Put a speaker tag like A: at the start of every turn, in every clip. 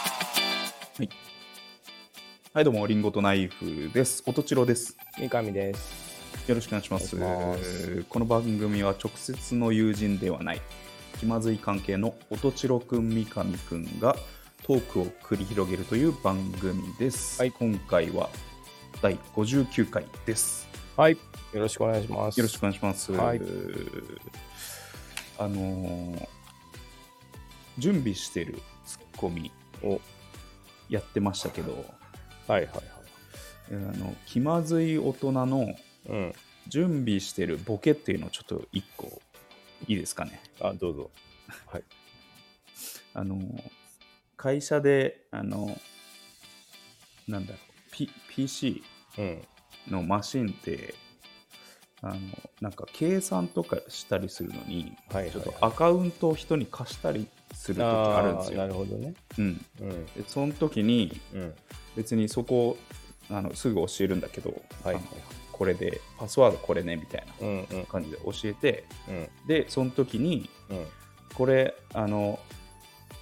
A: はい。はい、どうも、リンゴとナイフです。音千代です。
B: 三上です。
A: よろしくお願いします。
B: お願いし
A: この番組は直接の友人ではない、気まずい関係の音千代くん、三上くんがトークを繰り広げるという番組です。
B: はい
A: 今回は第59回です。
B: はい。よろしくお願いします。
A: よろしくお願いします。
B: はい
A: あのー準備してるツッコミをやってましたけど、
B: はいはいはい。
A: えーあの気まずい大人の
B: うん。
A: 準備してるボケっていうのをちょっと一個いいですかね。
B: あ、どうぞ。
A: あの会社であのなんだろう、P、PC
B: うん。
A: のマシンってあのなんか計算とかしたりするのに、
B: はいはいはい
A: ちょっとアカウントを人に貸したりする時あるんです
B: な
A: よ。
B: るほどね。
A: うん、
B: うん。
A: でその時に
B: うん。
A: 別にそこあのすぐ教えるんだけど、
B: はい
A: あのこれでパスワードこれねみたいな
B: うんうん
A: 感じで教えて
B: うん
A: でその時に
B: うん。
A: これあの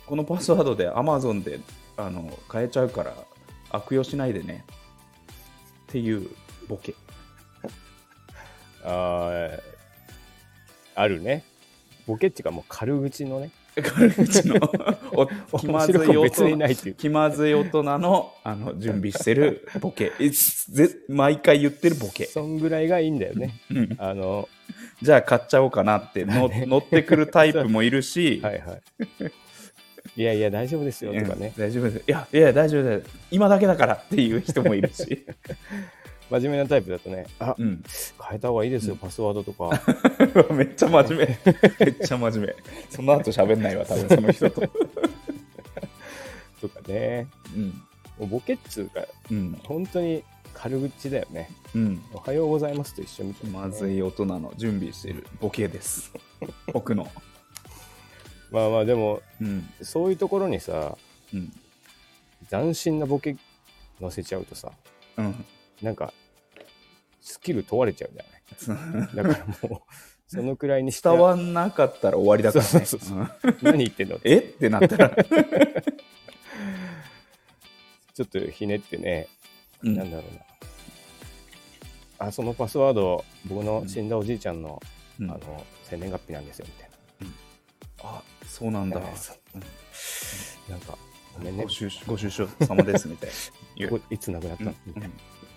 A: このパスワードで Amazon であの変えちゃうから悪用しないでねっていうボケ
B: あーあるね。ボケっていうかもう軽口のね。
A: 軽口のお気まずい
B: 面白く
A: 大
B: 別に
A: 人
B: ないってい う。
A: 気まずい大人のあの準備してるボケいつぜ毎回言ってるボケ、
B: そんぐらいがいいんだよね。
A: うん
B: あの、
A: じゃあ買っちゃおうかな っての乗ってくるタイプもいる し、
B: はいはい。いやいや、大丈夫ですよ
A: うん
B: とかね。
A: 大丈夫ですいやいや大丈夫です今だけだからっていう人もいる し、
B: 真面目なタイプだとね、あ
A: う、ん、
B: 変えた方がいいですよ、パスワードとか。
A: めっちゃ真面目。 めっちゃ真面目。その後喋んないわ、多分その人と。
B: とかね。
A: うん。
B: もうボケっつうか、
A: うん。
B: 本当に軽口だよね。
A: うん。
B: おはようございますと一緒みたいな、
A: まずい大人の準備してるボケです。僕の。
B: まあまあでも
A: うん。
B: そういうところにさ
A: うん。
B: 斬新なボケ載せちゃうとさ
A: うん。
B: なんかスキル問われちゃうじゃないだからもうそのくらいにして
A: 伝わんなかったら終わりだから、ね。
B: そうそうそう
A: うん
B: 何言ってんの
A: えってなったら。
B: ちょっとひねってね、
A: うん
B: なんだろうなあそのパスワード僕の死んだおじいちゃんの,、
A: うん
B: あの生年月日なんですよみたい
A: あ、そうなんだ
B: な。なんかごめんね
A: ご愁ご愁傷様ですみた いな。言
B: ここいつ亡くなった
A: う
B: の
A: ん
B: みたいな、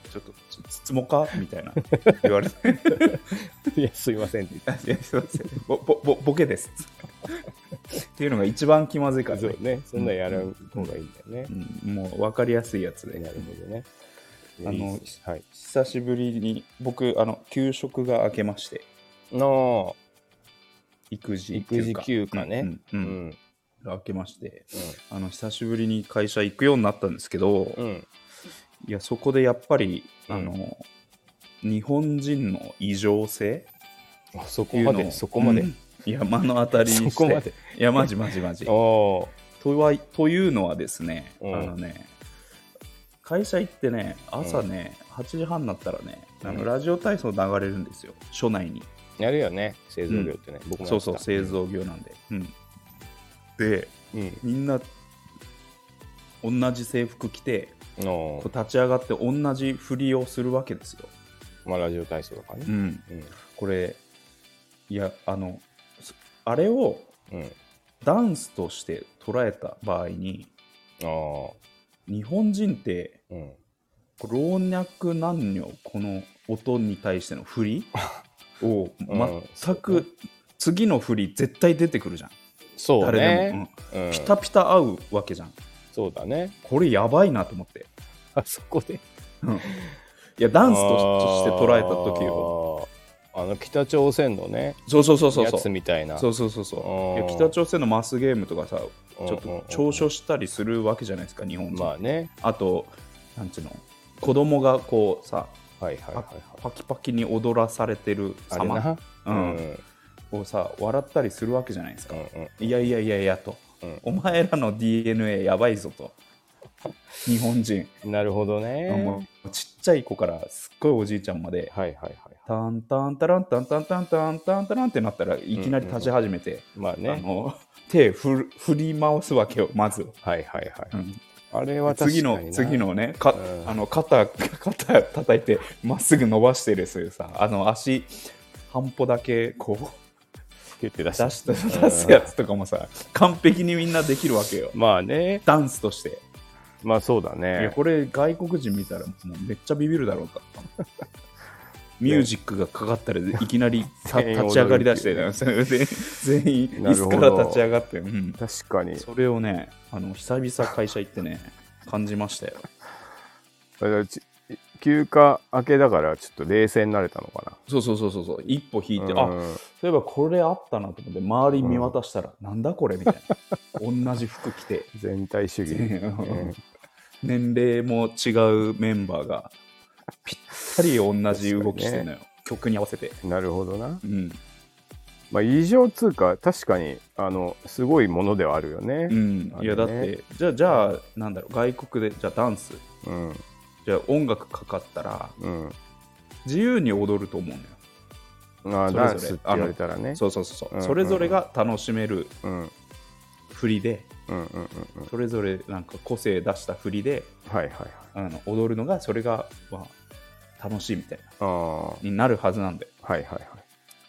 A: ちょっと、ちょつつもかみた いな。言われて。
B: いやすいませんって言って
A: あいやすいません ぼぼぼボケです。っていうのが一番気まずいから
B: そ
A: ね
B: うねそんなんやらん方がいいんだよね、
A: うんもう分かりやすいやつ
B: な
A: で
B: るほどね。
A: あの
B: はい。
A: 久しぶりに僕あの給食が明けまして
B: の
A: 育児
B: 育児休暇ね。
A: う
B: うんん
A: うんうん明けましてあの久しぶりに会社行くようになったんですけど、
B: うんうん
A: いやそこでやっぱり
B: うん
A: あの、日本人の異常性
B: あそ
A: って
B: こ
A: いう
B: ま
A: の
B: で
A: を
B: そこまで
A: うんいや目の当たりにして
B: そこまで。
A: いやマジマジマジ
B: お
A: とはいというのはですね、
B: うん
A: あのね会社行ってね朝ね、8時半になったらねあの
B: うん
A: ラジオ体操流れるんですよ署内に
B: お。やるよね製造業ってね。僕もやった
A: そうそう製。造業なんで、うんで
B: うん。
A: みんな同じ制服着て
B: の
A: こう立ち上がって同じ振りをするわけですよ、
B: まあラジオ体操とか
A: う
B: ね。
A: ん、
B: うん
A: これいやあのそあれを
B: うん。
A: ダンスとして捉えた場合に
B: ああ。
A: 日本人って
B: うん。
A: 老若男女この音に対しての振 りを
B: ん
A: 全く次の振り絶対出てくるじゃん、
B: そう
A: 誰で
B: ね
A: も、。
B: うん
A: うんピタピタ合うわけじゃん
B: そうだね。
A: これやばいなと思って、
B: あそこで。
A: うんいやダンスとして
B: あー
A: 捉えた時を。
B: あの北朝鮮のね
A: そうそうそうそう
B: や
A: そう
B: つみたいな。
A: そうそうそうそういや
B: あー
A: 北朝鮮のマスゲームとかさち
B: うん
A: ょっと長所したりするわけじゃないですか日本人、
B: まあね。
A: あとなんちゅうの子供がこうさ
B: はいはいは
A: パ
B: いはい。
A: パキパキに踊らされてる
B: あれ
A: 様
B: な。
A: うん
B: うん
A: をさ笑ったりするわけじゃないですか、
B: うん
A: いやいやいやいやと、
B: うん
A: お前らの DNA やばいぞ と日本人、
B: うん、なるほど
A: も
B: ね。
A: うちっちゃい子からすっごいおじいちゃんまで、
B: はいはいはい。
A: タンタンタランタンタンタンタンタンタランってなったらいきなり立ち始めて、
B: まあ
A: あ
B: ね。
A: の手振る振り回すわけよまず、
B: はいはいはい。
A: うん
B: あれは確か
A: 次
B: にな
A: の次のねか、
B: うん
A: あの肩肩叩いてまっすぐ伸ばしてるそういうさあの足半歩だけこう
B: キュッて出し
A: 出
B: た
A: し出すやつとかもさ完璧にみんなできるわけよ
B: まあね
A: ダンスとして、
B: まあそうだ
A: いや
B: ね
A: これ外国人見たらもうめっちゃビビるだろう かミュージックがかかったらいきなりた
B: 全員
A: 立ち上がりだし
B: 踊
A: て
B: る
A: それで全員
B: な
A: 椅
B: るほ
A: 子
B: ど
A: から立ち上がって、うん
B: 確かに
A: それをねあの久々会社行ってね感じましたよ
B: だからち休暇明けだからちょっと冷静になれたのか
A: そうそうそうそうそう一歩引い
B: な
A: て、
B: うん
A: あそういえばこれあったなと思って周り見渡したら、なんだこれみたいな同じ服着て
B: 全体主 義
A: うん年齢も違うメンバーがぴったり同じ動きしてるのよ、曲に合わせて、
B: なるほどな
A: うん
B: まあ異常通貨確かにあのすごいものではあるよね
A: うん
B: あれね
A: いやだって、じゃあじゃあなんだろう外国でじゃあダンス
B: うん
A: じゃあ音楽かかったら
B: うん、
A: 自由に踊ると思うのよ
B: あ
A: それぞれ
B: あダンスって言われたらね
A: そうそうそうそう、
B: うんうんうん
A: それぞれが楽しめる
B: うんうん
A: 振りで
B: うんうんうん
A: それぞれなんか個性出した振りで
B: はいはいはい
A: あの踊るのがそれが、まあ、楽しいみたいな
B: ああはい
A: になるはずなんで
B: はいはい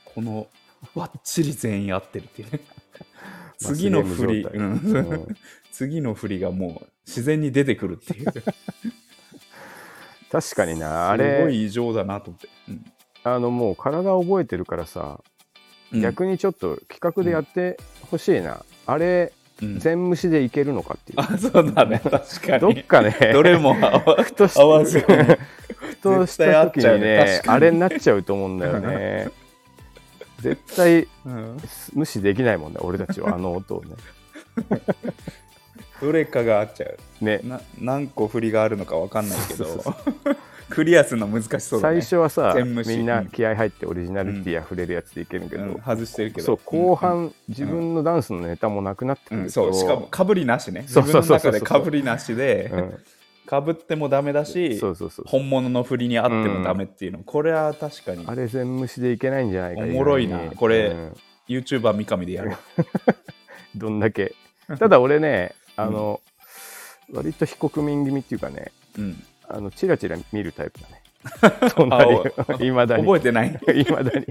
A: このばっちり全員合ってるっ ていうね
B: マス
A: 次の
B: ゲーム
A: 振り、
B: 状態
A: うん
B: うん
A: 次の振りがもう自然に出てくるっていう
B: 確かにな あ
A: すご
B: れ
A: い異常だなと思って、うん
B: あのもう体覚えてるからさ、
A: うん
B: 逆にちょっと企画でやってほしいな、あれ
A: うん
B: 全無視でいけるのかっていう、
A: あそうだね確かに
B: どっかね
A: どれも合わ
B: ふとし
A: 合わせる
B: ふとした時
A: 絶対合っ
B: にね
A: ちゃうね確かに
B: あれになっちゃうと思うんだよ ね絶対
A: うん
B: 無視できないもんね俺たちはあの音をね
A: どれかが合っちゃう
B: ね
A: な何個振りがあるのか分かんないけど
B: そうそう
A: クリアするの難しそうだ
B: 最
A: ね
B: 初はさ
A: 全無視
B: みんな気合入ってオリジナリティあふれるやつでいけるけど、
A: うん外してるけど
B: そう後半、
A: ん
B: 自分のダンスのネタもなくなって
A: う
B: くると、
A: ん、そうしかも、かぶりなしね自
B: そう
A: 分
B: そ
A: の
B: うそうそ
A: 中で
B: う
A: かぶりなしで、
B: うん、
A: かぶってもダメだし
B: そうそうそう
A: 本物の振りに合ってもダメっていうの、これは確かに
B: あれ全無視でいけないんじゃないか
A: おもろいな
B: 意外に
A: これ
B: うん
A: YouTuber 三上でやる
B: どん だけ。ただ俺ね、あの、割と非国民気味っていうかね、
A: うん
B: あの、チラチラ見るタイプだね。 隣を、いまだに。
A: 覚えてない
B: いまだに。い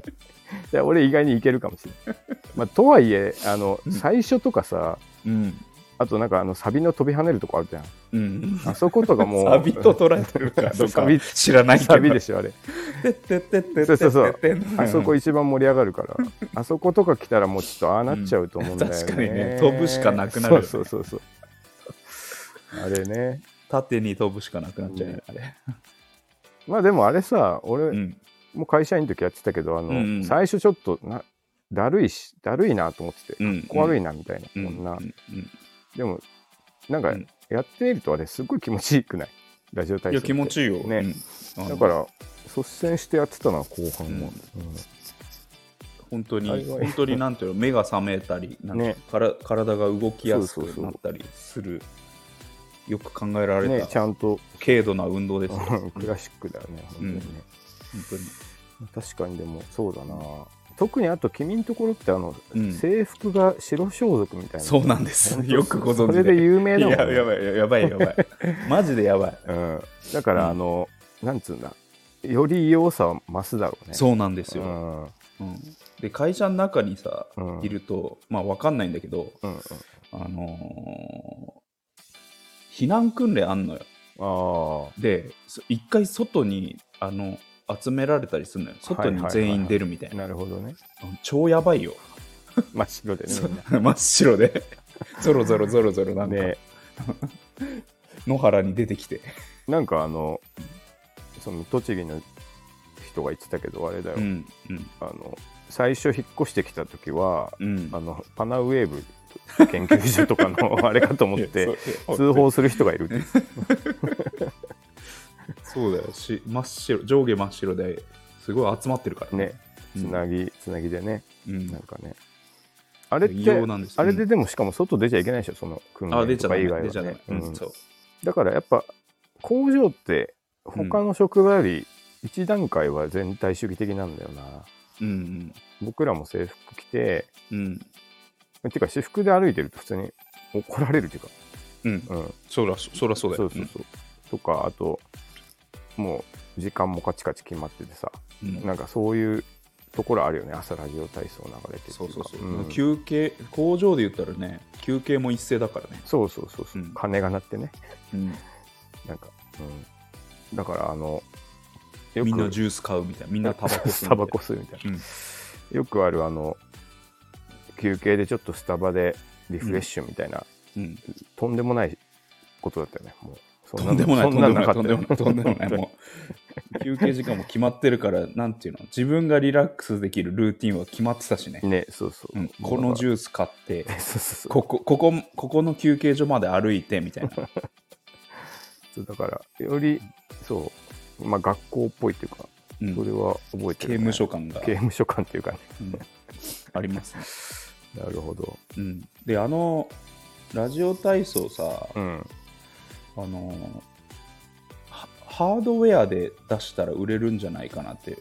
B: や俺意外にいけるかもしれない。まあ、とはいえ、あの、最初とかさ、
A: うん
B: あとなんかあの、サビの飛び跳ねるとこあるじゃん。
A: うん
B: あそことかも う、
A: サビと捉えてるからどうか
B: サビ
A: 知らないけど
B: サビでし ょ、あれ。
A: てってってって
B: そうそうそう
A: てってって
B: あそこ一番盛り上がるから、あそことか来たらもうちょっとああなっちゃうと思うんだよね。
A: うん 確かにね飛ぶしかなくなるよね
B: そうそうそうそう。あれね。
A: 縦に飛ぶしかなくなっちゃうねあれ
B: まあでもあれさ、俺、
A: うん
B: もう会社員の時やってたけどあの、
A: うんうん
B: 最初ちょっとなだるいしだるいなと思ってて、
A: う
B: か
A: ん
B: っこ悪いなみたいな、
A: うん
B: こんな、
A: うんうん
B: でもなんか
A: うん
B: やってみるとあれすごい気持ちいいくないラジオ体操っ
A: い
B: て
A: や気持ちいいよ
B: ね
A: うん
B: だから率先してやってたな後半は、
A: 本当に
B: あれは
A: 本当になんていうの目が覚めたりなんか
B: ね
A: から体が動きやす
B: そうそう
A: く
B: そう
A: なったりするよく考えら
B: うん
A: れ
B: ねち
A: た
B: ゃんと
A: 軽度な運動ですよ
B: うんクラシックだよね本当にね、
A: 本当に
B: 確かにでもそうだな特にあと君のところってあの、
A: うん
B: 制服が白装束みたいな
A: そうなんです
B: 本当
A: よくご存知
B: それで有名だもんね
A: いややばいやばいやばい マジでやばい
B: うん、だから、
A: うん
B: あのなんつうんだより要さは増すだろうね
A: そうなんです
B: う
A: よ、
B: ん、うん
A: うんで会社の中にさ
B: うん
A: いるとまあわかんないんだけど
B: うん、
A: あのー避難訓練あんのよ
B: あ
A: でそ一回外にあの集められたりするのよ外に全員出るみたい
B: あ
A: な
B: なるほどね
A: うん超やばいよ
B: 真っ白でね
A: そう 真っ白でゾロゾロゾロゾロ
B: み
A: なんん
B: な
A: か、
B: ね
A: 野原に出てきて、
B: なんかあのその栃木の人が言ってたけどあれだよ、
A: うんうん
B: あの最初引っ越してきた時は
A: うん
B: あのパナウェーブ研究所とか のあれかと思っ
A: いや
B: て
A: そう
B: 通報する人がいるって
A: そうだよし真っ白上下真っ白ですごい集まってるから
B: ね
A: うん
B: つなぎつなぎでね
A: うん
B: なんかねあれっ
A: 異
B: て
A: 様なんです
B: あれででもしかも外出ちゃいけないでしょその訓
A: あ出
B: 練
A: ちゃダ
B: とか
A: メ
B: 以外は、ね、
A: 出ちゃダメ、うん
B: うん
A: そう
B: だからやっぱ工場って他の職場より一段階は全体主義的なんだよな、
A: うん
B: 僕らも制服着て
A: うんうん
B: てか私服で歩いてると普通に怒られるっていうか
A: うん。
B: うん、
A: そら、そらそうだ
B: そ
A: よ。
B: うそうそう。とか、あと、もう時間もカチカチ決まっててさ、
A: うんうん
B: なんかそういうところあるよね、朝ラジオ体操流れてっていか
A: そうそうそう。
B: うん
A: 休憩、工場で言ったらね、休憩も一斉だからね。
B: そうそうそうそう、
A: うん
B: 鐘が鳴ってね、
A: うん
B: なんか、うん、だから、あの、よ
A: みんなジュース買うみたいな。みんなタバコ吸うみたいな。
B: タバコ吸うみたい
A: うん。
B: な。よくある、あの、休憩でちょっとスタバでリフレッシュみたいな、
A: うん。
B: とんでもないことだったよね、もう。そ
A: とんでもない、と
B: そ
A: ん
B: ん
A: で
B: な
A: もな、
B: のないかっ
A: と
B: た
A: ん
B: よ
A: でもない、とんでもない。もう、休憩時間も決まってるから、なんていうの、自分がリラックスできるルーティンは決まってたしね。
B: ね、そうそう。
A: うん、このジュース買って、
B: そうそうそう
A: ここ、ここ、ここの休憩所まで歩いて、み たいな。
B: そうだからよりそう、まあ、学校っぽいっていうか、
A: うん
B: それは覚え
A: 刑
B: てる、ね、
A: 務所感が、
B: 刑務所感っていうかね
A: うんありますね。
B: なるほど
A: うん、で、あの、ラジオ体操さ、
B: うん
A: あのハハードウェアで出したら売れるんじゃないかなって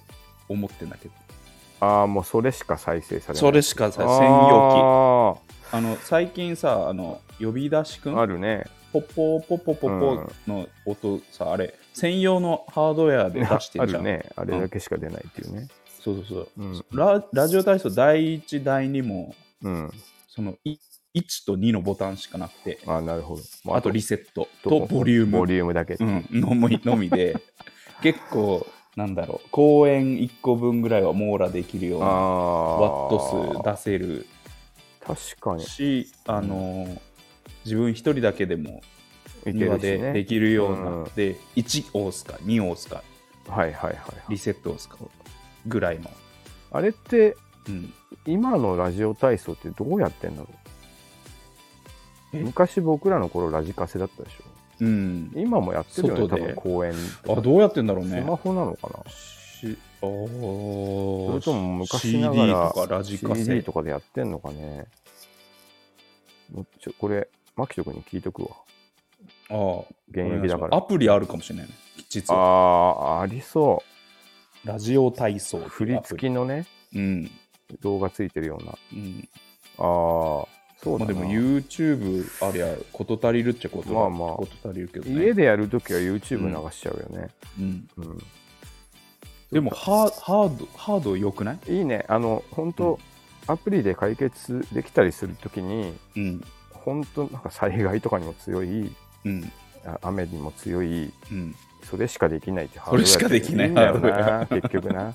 A: 思ってんだけど
B: ああもうそれしか再生されない
A: それ
B: し
A: しかさ
B: か
A: 専用
B: 用
A: 機あの最近さあの呼び出しくん
B: あるね
A: ポポポポポポの音さ、あれ専用のハードウェアで出して
B: あ
A: んじゃ
B: る
A: ん、
B: ねあれだけしか出ないっていうね
A: そうそうそう、
B: うん
A: ララジオ体操第1第2も
B: うん
A: そのい1と2のボタンしかなくて
B: あーなるほど、ま
A: あとリセットとボリューム
B: ボリュームだけ、
A: うん、の みのみで結構なんだろう公演1個分ぐらいは網羅できるよう
B: あ
A: な
B: あ
A: ワット数出せる
B: 数確かに
A: し、あのー自分1人だけでも
B: いけ
A: 庭
B: る
A: で
B: しね
A: できるような、
B: うん
A: で1押すか2押すか
B: はいはいはいはい
A: リセット押すかぐらいの、
B: あれって
A: うん、
B: 今のラジオ体操ってどうやってんだろう
A: え
B: 昔僕らの頃ラジカセだったでしょ
A: うん、
B: 今もやってるよね多
A: 外で
B: 分公演と
A: あ
B: か
A: どうやってんだろう
B: ス
A: ね
B: マホなのかな
A: しあ
B: そ
A: そ
B: れとも昔
A: CD
B: な
A: と
B: がら
A: かラジカセ
B: CD とかでやってんのかねもうちょこれ牧人君に聞いとくわ
A: ああ
B: 現役だか
A: ア
B: ら
A: プリあるかもしれないね実
B: あ
A: は
B: あーありそ
A: ラジオ体操
B: う振り付きのね
A: きうん、
B: 動画ついてるようなあ
A: うん
B: あーそう
A: ま
B: だ
A: あ、
B: な
A: でも YouTube ありゃ事足りるっちゃこと,、
B: まあまあ
A: こと足りるけど、ね、
B: 家でやるときは YouTube 流しちゃうよね、
A: うん、
B: うん
A: でもハーハードハード良くない、
B: いいね、あの本当、アプリで解決できたりするときに、
A: うん
B: 本当、なんか災害とかにも強い、
A: うん
B: あ雨にも強い、
A: うん、
B: それしかできないって
A: それしかできない
B: ハードウェ
A: ハ
B: アっていいんだよな、結局な。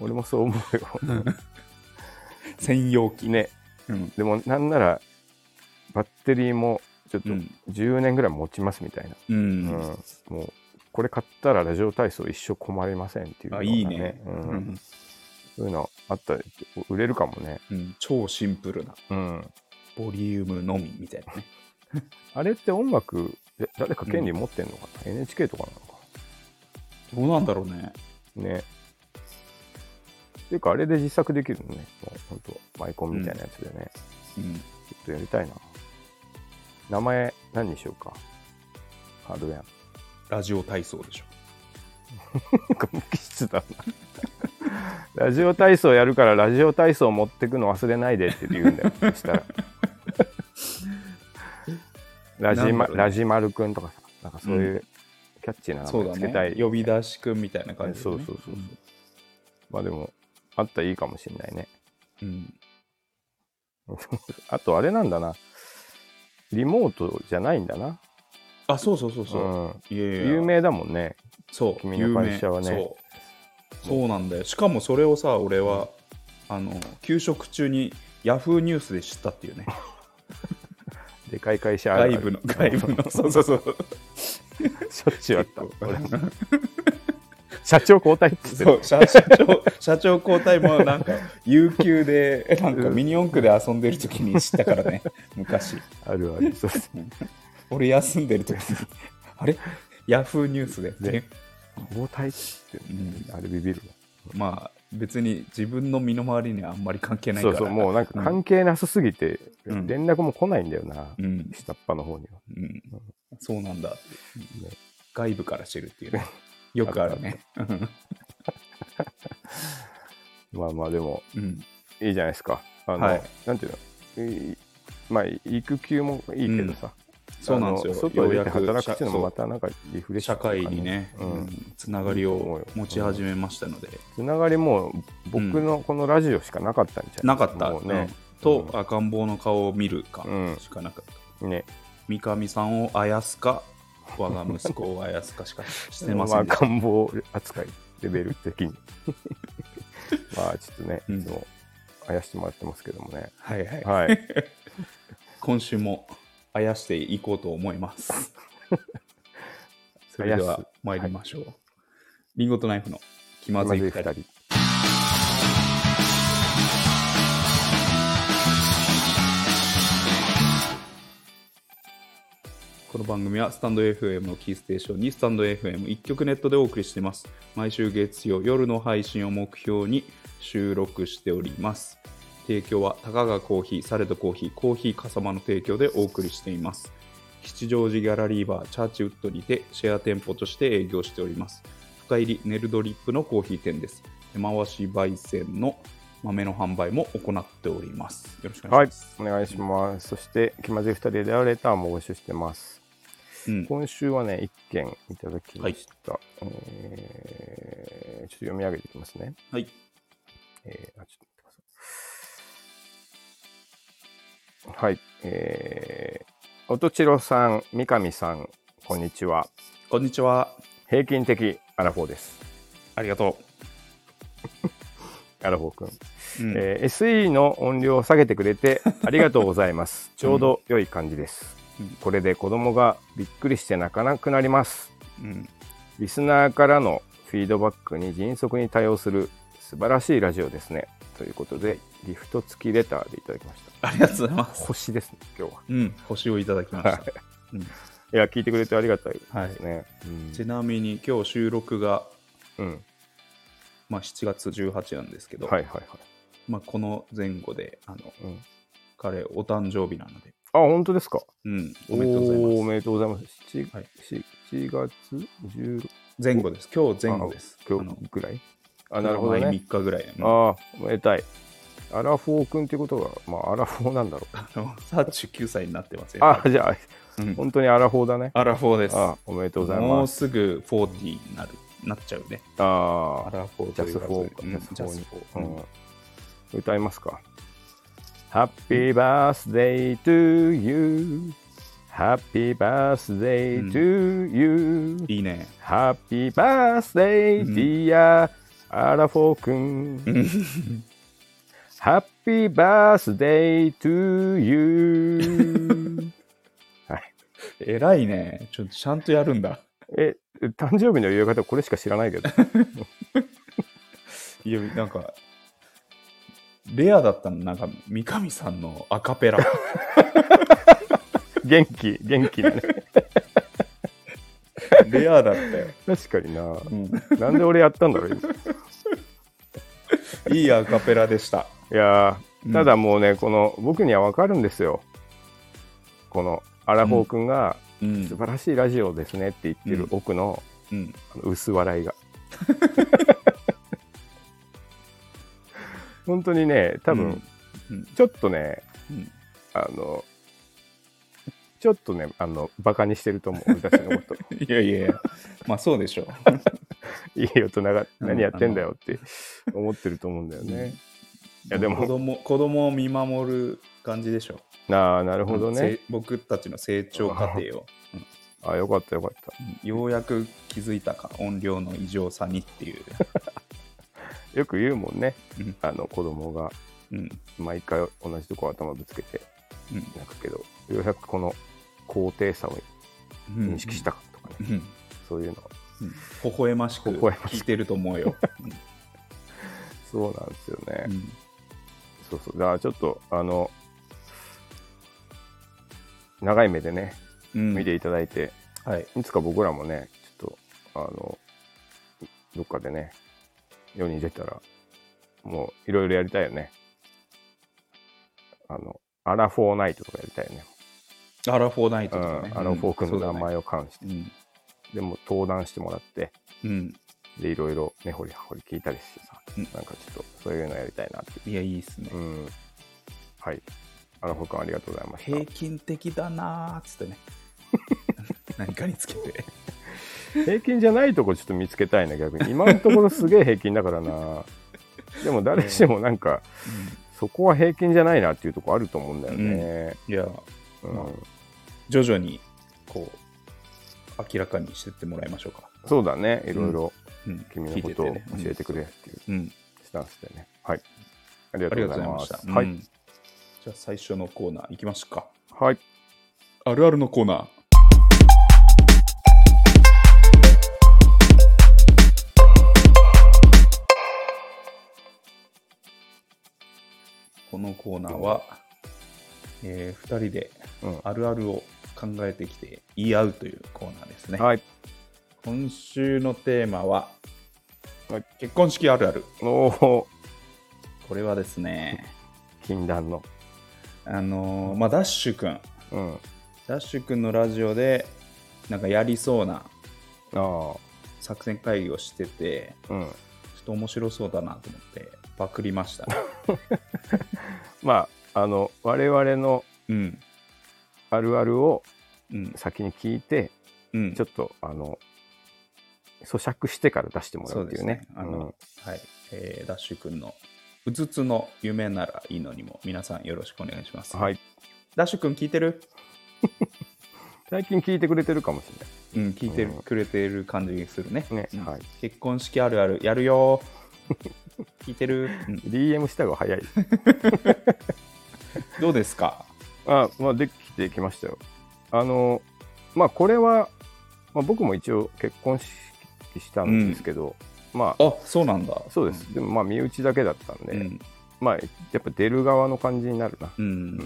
B: 俺もそう思うよ。
A: 専用機、
B: ね、
A: うん
B: でもなんなら、バッテリーもちょっと
A: うん
B: 10年ぐらい持ちますみたいな。
A: う
B: うん
A: ん
B: もうこれ買ったらラジオ体操一生困りませんっていうの
A: あ
B: が、
A: いいね、
B: う。
A: うんん
B: そういうのあったら売れるかもね。
A: うん超シンプルな
B: うん
A: ボリュームのみみたいなね
B: あれって音楽、え誰か権利持ってんのかな、?NHK とかなのか
A: どうなんだろうね
B: なね。っていうか、あれで自作できるのね。もう本当マイコンみたいなやつでね。ち
A: う
B: ょ
A: ん
B: っとやりたいな。名前、何にしようか。ハードウェア。
A: ラジオ体操でしょ
B: 無機質だな。ラジオ体操やるから、ラジオ体操持ってくの忘れないでって言うんだよ。そしたら。ラジ
A: なんだ
B: マ、
A: ろうね
B: ラジマルくんとかさ、なんかそういうキャッチーな名
A: そう
B: 前
A: だ
B: つけたい、
A: ね呼び出しくんみたいな感じで、ね、
B: そうそうそうそうまあでも、あったらいいかもしれないね。
A: うん
B: あと、あれなんだな。リモートじゃないんだな。
A: あそうそうそうそう、
B: うん
A: いやいや
B: 有名だもんね。
A: そう
B: 君の会社はね
A: 有名そうそうなんだよしかもそれをさ俺はあの給食中にヤフーニュースで知ったっていうね
B: でかい会 社あるあ
A: 外部
B: る
A: の外部 のそうそうそう
B: しょっちゅうあった
A: 結。構
B: 俺も社長交代って言って
A: そう社社長社長交代もなん か有給でなんかミニ四駆で遊んでる時に知ったから ね昔
B: あるある。そうそう
A: 俺休んでる時にあれヤフーニュースでっていう、
B: 交代って
A: う
B: 言って、
A: ん
B: あれビビるわ
A: まあ別に自分の身の回りにはあんまり関係ない
B: そ
A: か
B: う
A: ら
B: そう、もうなんか関係なさすぎて、
A: うん
B: 連絡も来ないんだよな。
A: うん
B: 下っ端の方には。
A: うん、そうなんだ、
B: ね
A: 外部から知るっていう ねよくあるね
B: まあまあ、でも、
A: うん
B: いいじゃないですか。あの、
A: はい
B: なんていうの、いまあ、育休もいいけどさ、
A: そうなんですよ
B: あの外で
A: ようやく
B: 働くっていうのもまたなんかリフレッシ
A: 社
B: ュな感じ
A: 会にね、
B: う
A: うんんつながりを持ち始めましたので、
B: つながりも僕のこのラジオしかなかったんじゃ
A: なかった、
B: もう
A: うん
B: ね、
A: と、赤ん坊の顔を見るか
B: うん
A: しかなかった、
B: ね
A: 三上さんをあやすか我が息子をあやすかしかしてません
B: まあ
A: でした、
B: 赤ん坊扱いレベル的 にまあちょっとね、
A: うん
B: いつもあやしてもらってますけどもね
A: はいはい、
B: はい
A: 今週もあやしていこうと思いますそれでは参りましょう、リンゴとナイフの気 ま
B: ま
A: ず
B: ず
A: い
B: い
A: 二
B: 二
A: 人
B: 人
A: この番組はスタンド FM のキーステーションにスタンド FM1 曲ネットでお送りしています。毎週月曜夜の配信を目標に収録しております。提供はたかがコーヒー、サレドコーヒー、コーヒーかさまの提供でお送りしています。吉祥寺ギャラリーバーチャーチウッドにてシェア店舗として営業しております。深入りネルドリップのコーヒー店です。手回し焙煎の豆の販売も行っております。よろしくお願
B: はいい
A: します。
B: お願いしますそして気まずい二人でレターも募集してます
A: うん
B: 今週はね、1件いただきました。えーちょっと読み上げていきますね。
A: はい。
B: えーあ、ちょっと待ってください。はい。えー、おとちろさん、三上さん、こんにちは。
A: こんにちは。
B: 平均的アラフォーです。
A: ありがと
B: アラフォー君、
A: う。うん
B: えー SE の音量を下げてくれ てありがとうございます。ちょうど良い感じです。
A: うん
B: これで子供がびっくりして泣かなくなります。
A: うん
B: リスナーからのフィードバックに迅速に対応する素晴らしいラジオですね。ということで、リフト付きレターでいただきまし
A: ありがとうございま
B: た。
A: す。
B: 星ですね、今日は。
A: うん、星をいただきました。
B: いや、聞いてくれてありがたいです
A: はい。
B: ね。
A: ちなみに今日収録が、
B: うん。うん。
A: まあ、7月18日なんですけど、
B: はいはいはい。
A: まあ、この前後であの
B: うん、
A: 彼お誕生日なので、
B: あ、本当ですか。
A: うん、おめでとうござい
B: おーお
A: ます。
B: めでとうございます。7、
A: はい
B: 7月16
A: 前後です。今日前後です。
B: 今
A: あの
B: 日ぐらいあ、なるほど
A: 前
B: ね。
A: 3日ぐらい。うん
B: ああ、おめでたい。アラフォー君ってことが、まあ、アラフォーなんだろう。
A: あの39歳になってますよ。
B: あ、じゃあ、
A: うん
B: 本当にアラフォーだね。
A: アラフォーです。
B: あおめでとうござい
A: も
B: ま
A: う
B: す。
A: すぐ40になるなっちゃうね。
B: あ
A: ア
B: あ、
A: ラフォー
B: ジ
A: と
B: ャ
A: 言
B: ス
A: わ
B: フ
A: ず
B: ォーか、
A: うんジャスフォー。うん
B: うん歌いますか。Happy birthday to you.Happy birthday to you.Happy
A: いいね。
B: birthday,
A: うん
B: dear アラフォー君。Happy birthday to you. はい。
A: 偉いね。ちょちゃんとやるんだ。
B: え、誕生日の言い方これしか知らないけ ど。
A: いや、なんか、レアだったの、なんか、三上さんのアカペ ラ。
B: 元気、元気だね。
A: レアだったよ。
B: 確かにな。
A: う
B: なんで俺やったんだろう、今。
A: ん、いいアカペラでした。
B: いや
A: うん
B: ーただもうね、この僕には分かるんですよこのアラフォー君が
A: う
B: 「素
A: ん。
B: 晴らしいラジオですね」って言ってる奥の
A: うん、
B: あの薄笑 いが本当にね多分、
A: うん
B: ちょっとね
A: うん
B: あのちょっとねあのバカにしてると思う俺たちのこと
A: いやいやいや、まあそうでしょう。
B: いい大人が
A: うん
B: 何やってんだよって思ってると思うんだよね、いやでも
A: 子供子供を見守る感じでしょう。
B: ああなるほどね
A: せ僕たちの成長過程を、
B: あよかったよかった
A: うんようやく気づいたか、音量の異常さにっていう。
B: よく言うもんね、
A: うん
B: あの子供が
A: うん。
B: 毎回同じとこ頭ぶつけて
A: うん
B: 泣くけど、ようやくこの高低差を
A: うん
B: 認識したかとかね、
A: うん。うん
B: そういうの
A: 微笑ましく
B: 微笑まし
A: 聞
B: く
A: いてると思うよ。
B: そうなんですよね、
A: うん
B: そうそうだからちょっとあの長い目でね
A: うん
B: 見ていただいて、
A: はい。
B: いつか僕らもねちょっとあのどっかでね世に出たらもういろいろやりたいよねあのアラフォーナイトとかやりたいよね
A: アラフォーナイトとかね。
B: うん、あのフォー君の名
A: そう
B: 前を冠して、
A: だね。
B: でも登壇してもらって
A: うん。うん
B: でいろいろ根掘り葉掘り聞いたりしてさ、
A: うん
B: なんかちょっとそういうのやりたいなって
A: いや、いいですね
B: う。んはいあのフォー君ありがとうございました
A: 平均的だなーっつってね。 何かにつけて。
B: 平均じゃないとこちょっと見つけたいな逆に今のところすげえ平均だからなでも誰しもなんかそこは平均じゃないなっていうとこあると思うんだよね、
A: いや、
B: うん
A: まあ徐々に、こう、明らかにしてってもらいましょうか。
B: そうだねいろいろ
A: うん、
B: 君のことを教
A: 聞い
B: え
A: て
B: て
A: て
B: く
A: ね
B: れっていう
A: うんうん
B: スタンスでねはいありが
A: あ
B: と
A: り
B: う
A: が
B: ご
A: とうご
B: ざい
A: ざいまし
B: ます
A: た。
B: は
A: うん
B: い、
A: じゃあ最初のコーナーいきますか。
B: はい、
A: あるあるのコーナー。このコーナーは、えー、2人で
B: うん
A: あるあるを考えてきて言い合うというコーナーですね。
B: はい、
A: 今週のテーマは、
B: はい
A: 結婚式あるある。
B: おお
A: これはですね、
B: 禁断の
A: あのーまあ、ダッシュくん、
B: うんあ
A: ダッシュくんのラジオで、なんかやりそうな
B: あ
A: 作戦会議をしてて、
B: うん
A: ちょっと面白そうだなと思って、パクりま した。
B: まああの我々の
A: うん。
B: あるあるを
A: うん。
B: 先に聞いて
A: うん。
B: ちょっとあの咀嚼してから出してもらうっていうね
A: そうですねあのはい。えーダッシュくんの、うつつの夢ならいいのにも、皆さんよろしくお願いします。
B: うんはい
A: ダッシュくん聞いてる
B: 最近聞いてくれてるかもし
A: うん、聞いてる
B: うん
A: くれてる感じするね。
B: ね
A: うん
B: はい
A: 結婚式あるある、やるよ ー聞いてる、うん
B: れない DM した方 が早い
A: どうですか
B: あまあできてきましたよあのまあこれは、まあ、僕も一応結婚式したんですけど、まあ
A: あ、そうなんだ。
B: そうです、でもまあ身内だけだったんで、
A: うん。
B: まあやっぱ出る側の感じになるな、
A: う。
B: うんん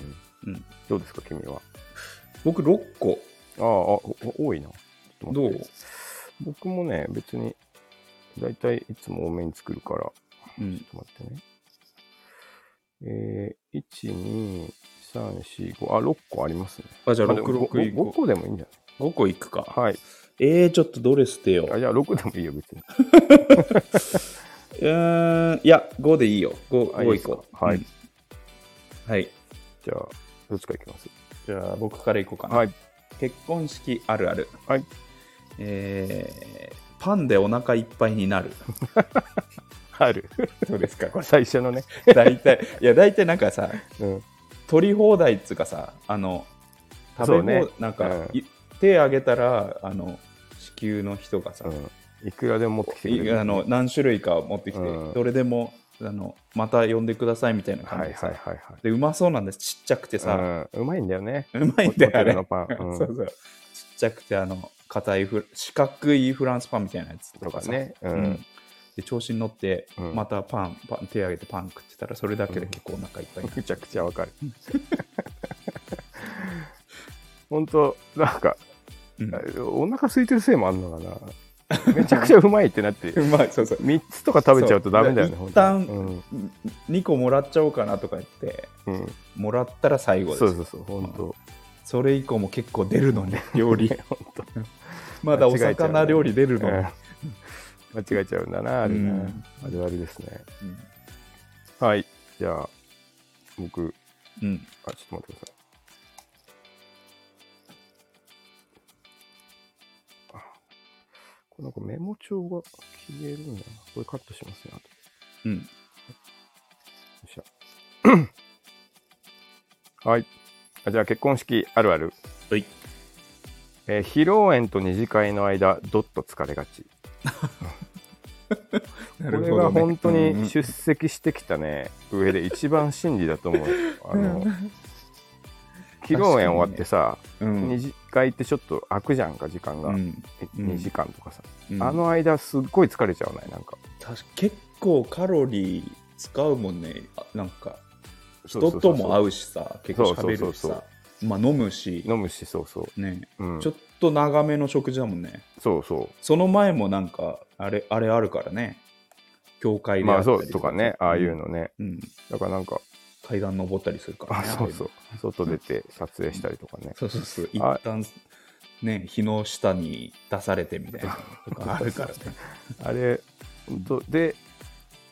A: うん。
B: どうですか君は
A: 僕6個。
B: あああお多いなちょっと
A: ど
B: 待っ
A: う
B: て僕もね別に大体いつも多めに作るから
A: うん。
B: ちょっと待ってね。えー、1、2、3、4、5、あ、6個ありますね。
A: あ、じゃあ
B: まあでも
A: 6、6
B: 5,
A: 行こ
B: 個でもいいんじゃ
A: う。5個いくか。
B: ないはい。
A: えー、ちょっとどれ捨てよ
B: あ
A: う。
B: じゃあ6でもいいよ、別に。
A: うーん、いや、5でいいよ。5、
B: あ
A: 5
B: いいで
A: い
B: すか
A: こう。
B: はい
A: うん。はい。
B: じゃあ、どっちかいきます。
A: じゃあ僕からいこうかな。
B: はい。
A: 結婚式あるある。
B: はい。
A: えー、パンでお腹いっぱいに なる。
B: あ る。
A: どうですか、これ。
B: 最初のね。
A: 大体、いや、大体なんかさ、
B: うん。
A: 取り放題っつうかさあの食べ
B: そ
A: 放
B: うね
A: なんか、
B: うん
A: い手あげたらあの支給の人がさ、
B: うん。いくらでも持ってきてくれ
A: い
B: る。
A: あの何種類か持ってきて、
B: うん
A: どれでもあのまた呼んでくださいみたいな
B: は
A: 感じ
B: い
A: でさ、
B: はいはいはい。
A: でうまそうなんですちっちゃくてさ、
B: うん、うまいんだよね。
A: うまいんだよあれ
B: ホテルのパン う ん
A: そうそうちっちゃくてあの硬いフ四角いフランスパンみたいなやつと
B: と
A: か
B: か
A: さ
B: ね。う
A: うんん。で調子に乗って、
B: うん
A: またパンパン手あげてパン食ってたらそれだけで結構お腹いっぱいになる
B: めちゃくちゃわかる。 本当なんか、
A: うん
B: お腹空いてるせいもあんのかな。めちゃくちゃうまいって なって、
A: うまいそうそう
B: 3つとか食べちゃうとダメだよね、
A: そう
B: 本当に
A: 一2個もらっちゃおうかなとか言って
B: うんうん
A: もらったら最後です
B: そ
A: そう
B: そうそう、本当、
A: れ以降も結構出る のに料理
B: 本
A: まだお
B: 間違えちゃうね
A: 魚料理出る
B: 当、
A: のに、
B: うん間違えちゃうんだな、あれな、
A: うん
B: あるあるですね。はい、じゃあ、僕、
A: うんうん
B: あ、ちょっと待ってください。あこれなんかメモ帳が消えるんだな。これカットしますね、後で
A: うん
B: よっしゃ はい。あじゃあ結婚式あるある。
A: はい
B: えー披露宴と二次会の間、どっと疲れがち。
A: な
B: こ
A: る
B: れ
A: ほど
B: が
A: ね
B: 本当
A: うんう
B: に
A: ん
B: 出席してきたね、上で一番真理だ と思うよ。あの、披露宴終わってさ、
A: うん
B: 二次会ってちょっと空くじゃんか、時間が。
A: うんうん
B: 2時間とかさ。
A: うん
B: あの間、すっごい疲れちゃわないなんか。
A: 確か結構カロリー使うもんねあなんか
B: そうそ
A: 人
B: うそ
A: と
B: う
A: も会うしさ結構
B: そうそう
A: 喋
B: そう
A: るし
B: そ
A: さ
B: う
A: まあ飲むし
B: 飲むし、そうそ
A: ね
B: う。うん
A: ちょっと長めの食事だもんね
B: そうそう。
A: その前もなんかあれあれあるからね教会で
B: ま
A: あ
B: あ
A: った
B: そ
A: り
B: う、とかね、ああいうのね。
A: うん、
B: だからなんか、
A: 階段登ったりするから
B: あ、
A: ね
B: そうそうう。外出て撮影したりとかね。
A: そうそうそう一
B: あ
A: 旦ね日の下に出されてみたいなのとかある からね
B: あれ、どで、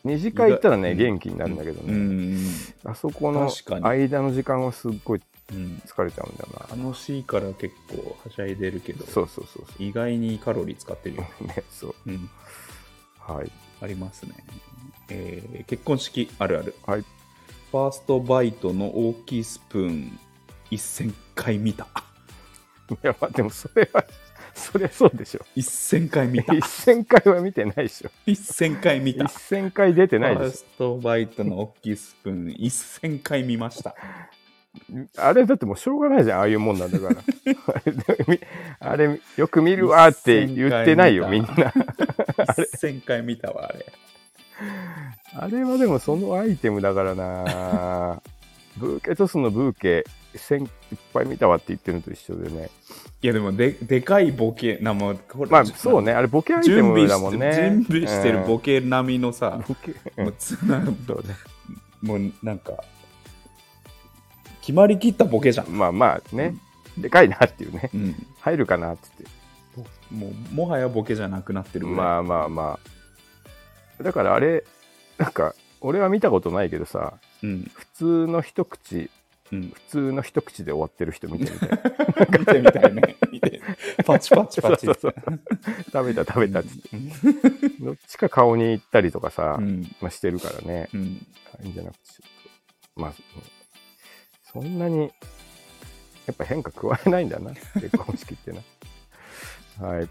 B: 二次会行ったらね、
A: うん
B: 元気になるんだけど
A: う
B: ね、
A: ん
B: あそこの
A: 確かに
B: 間の時間はすっごい
A: うん、
B: 疲れちゃうんだよな。
A: 楽しいから結構はしゃいでるけど、
B: そうそうそうそ
A: 意外にカロリー使ってるよね。
B: う。ね、そう。
A: うん、
B: はい。
A: ありますね、えー結婚式あるある。
B: はい。
A: ファーストバイトの大きいスプーン1000回見た。
B: いや、まあ、でもそれは、そりゃそうでし ょ。
A: 1000回 見た。
B: 1000回は見てないでしょ。
A: 1000回見た。フ
B: 1000回出てな
A: ァ
B: いで
A: ー
B: し
A: ストバイトの大きいスプーン1000回見ま した。
B: ょ。あれだってもうしょうがないじゃん、ああいうもんなんだから。 あれ、あれよく見るわって言ってないよ、みんな。
A: 1000回見たわ、あれ。
B: あれはでもそのアイテムだからなブーケトスのブーケ、1000いっぱい見たわって言ってるのと一緒でね。
A: いや、でもで、でかいボケ、なもうこれ
B: まあそうね、あれボケアイテ
A: 準備
B: ム
A: し
B: だもんね。
A: 準備してるボ
B: ケ。
A: ケ並みのさ、
B: ボケ。
A: もうつな
B: そうね
A: もうなんか、決まりきったボケじゃん。
B: まあまあね、でかいなっていうね。
A: うん、
B: 入るかなって言って。
A: もうもはやボケじゃなくなってるぐらい。
B: まあまあまあ。だからあれ、なんか、俺は見たことないけどさ、
A: うん
B: 普通の一口、
A: うん、
B: 普通の一口で終わってる人見て みたいな。
A: 見てみた いね。見てパチパチパチ
B: そうそうそう食べた食べたって言って。どっちか顔に行ったりとかさ、
A: うん
B: まあ、してるからね。
A: うん
B: いいんじゃなくて、ちょっとまあ、そんなに、やっぱ変化加えないん だな、結婚式ってな。はい。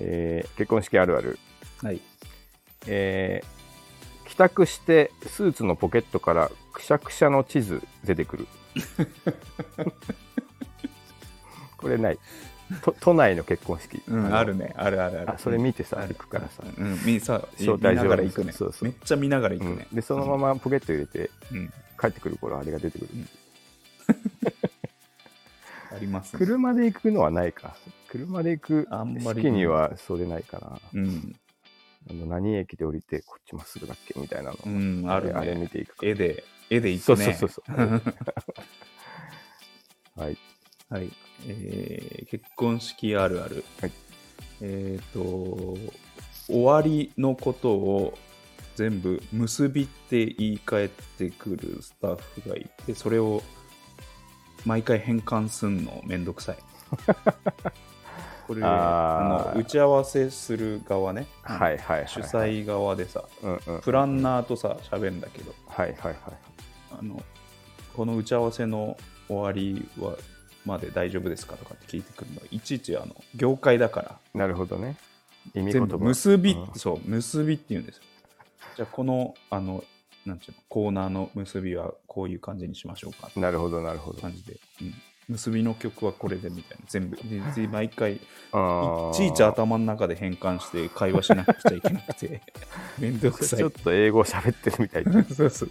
B: えー結婚式あるある。
A: はい。
B: えー帰宅してスーツのポケットからくしゃくしゃの地図出て くるこれないと都内の結婚式、
A: うん、
B: の
A: あるね。あるあるある。
B: あそれ見てさ
A: ある
B: 歩くからさ、
A: うん、見さ、
B: 招
A: 見
B: 待状
A: ながら行くね。
B: そうそう
A: めっちゃ見ながら行
B: う
A: く
B: ん
A: ね、。
B: でそのままポケット入れて
A: うん、
B: 帰ってくる頃あれが出てくる、
A: ありますね。
B: 車で行くのはないか車で行く
A: あんまり
B: 式にはそれないかな
A: うん、
B: あの何駅で降りてこっちまっすぐだっけみたいなの、
A: うん、ある
B: あれ
A: ね。
B: 見ていくか
A: 絵で、絵で行
B: そう
A: くね。
B: そうそ うそうはい
A: はい、えー結婚式あるある、
B: はい
A: えっ、と終わりのことを全部結びって言い換えてくるスタッフがいてそれを毎回変換すんのめんどくさい これ
B: あー
A: あの打ち合わせする側ね、
B: はいはいはいはい
A: 主催側でさ
B: うんうん
A: プランナーとさ喋るんだけど
B: はいはいはい
A: あのこの打ち合わせの終わりはまで大丈夫ですかとかって聞いてくるのいちいちあの業界だから
B: なるほどね意味
A: 全
B: 言葉
A: 部結び、
B: うん
A: そう結びって言うんですよじゃあこのあのなんていうのコーナーの結びはこういう感じにしましょうかって
B: なるほどなるほど
A: 感じで、うん、結びの曲はこれでみたいな全部でで毎回い
B: あー
A: ちいち頭の中で変換して会話しなくちゃいけなく てめんどくさい
B: ちょっと英語喋ってるみたい
A: そうそうそう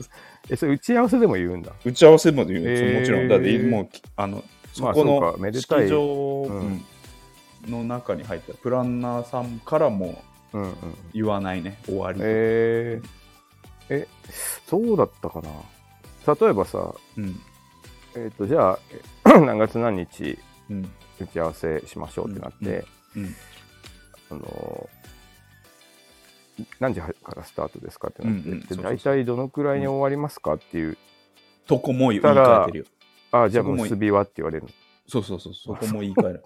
B: えそれ打ち合わせでも言うんだ
A: 打ち合わせまで言うんですよ、
B: へー
A: もちろん。だって、もう、きあの、そ
B: まあ
A: こ
B: そうかめ
A: の
B: でたい
A: 式場
B: うん
A: うんの中に入ったプランナーさんからも
B: うんうん
A: 言わないね、終わりとか。
B: えー、えそうだったかな例えばさ
A: うん
B: えっ、とじゃあえ 何月何日
A: うん
B: 打ち合わせしましょうってなって、
A: うん
B: あのー何時からスタートですかってなって、
A: うんうん
B: で
A: そうそうそう
B: 大体どのくらいに終わりますかっていう、
A: とこも言い
B: たら
A: 換えてるよ。
B: ああじゃあ
A: そこも
B: 結びはって言われるの
A: そうそうそう、そこも言い換える。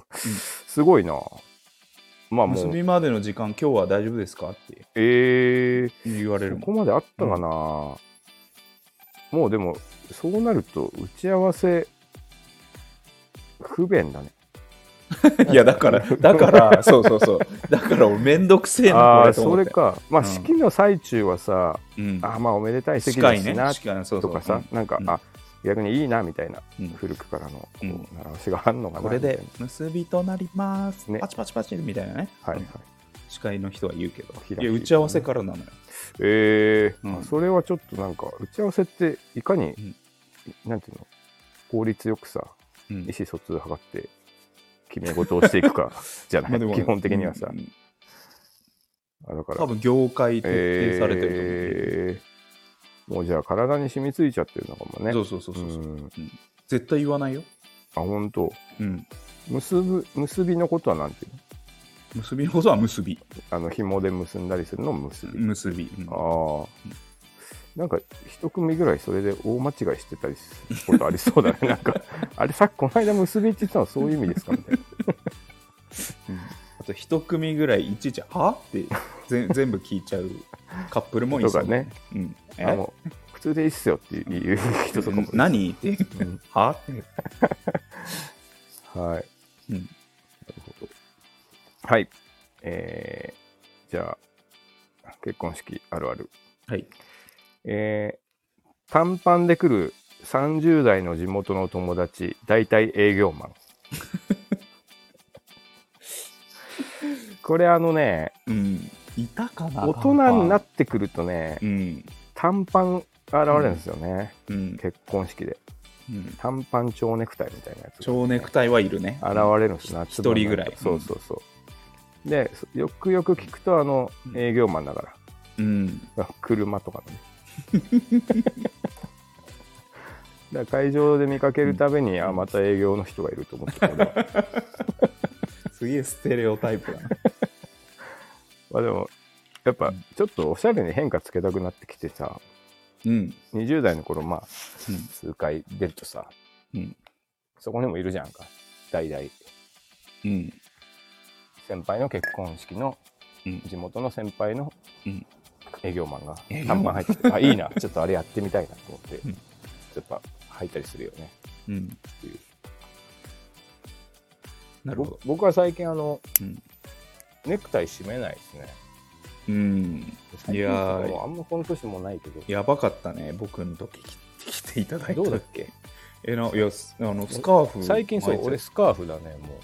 B: すごいな まあも
A: 結
B: う
A: びまでの時間、今日は大丈夫ですかって
B: ええ
A: 言われる
B: ここ
A: もん。
B: まであったかな、もうでもそうなると打ち合わせ不便だね
A: いや、だ から、だから、そうそうそう。だから、俺、めんどくせえな、
B: あ
A: こ
B: あ
A: れと
B: そ
A: 思っ
B: れ
A: て。
B: かまあ
A: うん
B: 式の最中はさ、
A: うん
B: ああまあおめでたい席
A: 近
B: だ
A: い
B: し
A: ね
B: な。
A: 近いねそうそ
B: と
A: う
B: かさ、なんか、
A: うん
B: あ逆にいいなみたいな、
A: うん
B: 古くからのこう
A: うん
B: 習わしがあんのかな
A: これ
B: みたい
A: で
B: な
A: 結びとなります、
B: ね
A: パチパチパチみたいなね、
B: はいはい
A: 司会の人は言うけど
B: 開き
A: いや打ち合わせからなのよ
B: えー
A: うん
B: あそれはちょっとなんか打ち合わせっていかに、
A: ん
B: なんていうの効率よくさ
A: うん
B: 意思疎通を図って決め事をしていく かじゃない、
A: まあでも
B: 基本的にはさ、
A: うん
B: あだから
A: 多分業界徹底されてる
B: えーもうじゃあ体に染みついちゃってるのかも
A: と
B: ね
A: 思う、そうそうそうそう、
B: うん
A: 絶対言わないよ、
B: あ本当
A: うん、
B: 結ぶ結びのことはなんていうの
A: 結びのことは結び
B: あの紐で結んだりするのを結び、
A: 結び、うん
B: ああなんか一組ぐらいそれで大間違いしてたりすることありそ うだね。なんか、あれさっきこの間結びって言ってたのそういう意味ですかみたいな。
A: あと一組ぐらいいちいち「は?」ってぜん 全部聞いちゃうカップ ルもいそう
B: とかね、
A: うん、え
B: あの普通でいいっすよっていう人とかも。
A: 何って
B: うん
A: 「は?」って、
B: はい。
A: うん、
B: なるほど。はい。えー、じゃあ、結婚式あるある。
A: はい
B: えー短パンで来る30代の地元の友達、大体営 業マン。これあのね、
A: うんいたかな
B: 大人になってくるとね
A: う、ん
B: 短パン現れるんですよね。
A: うん、
B: 結婚式で。
A: うん、
B: 短パン蝶ネクタイみたいなやつ。
A: 蝶ネクタイはいるね
B: 現れるんです夏場
A: 一人ぐらい
B: そうそうそう。で、そよくよく聞くと、あの
A: う、ん
B: 営業マンだから。
A: うん
B: 車とかのね だから会場で見かけるたびに、あまた営業の人がいると思って たけど
A: すげえステレオタイプだな
B: まあでもやっ
A: う
B: ぱ
A: ん
B: ちょっとおしゃれに変化つけたくなってきてさ
A: うん
B: 20代の頃まあ
A: うん
B: 数回出るとさ
A: うん
B: そこにもいるじゃんか代々
A: うん
B: 先輩の結婚式の
A: うん
B: 地元の先輩の
A: うん
B: 営業マンが
A: 営業マン
B: 短パン入って てあいいなちょっとあれやってみたいなと思って
A: うん
B: やっぱ入ったりするよね
A: うん
B: っていう
A: なるほど
B: ぼ僕は最近あの
A: うん、
B: ネクタイ締めないですね。
A: うん、
B: 最近
A: いやー
B: とかもあんまこの年もないけど。
A: やばかったね僕の時き来ていただいた
B: どうだっけ
A: えないやすあのスカーフ
B: 最近そう、
A: 巻いて
B: 俺スカーフだね、も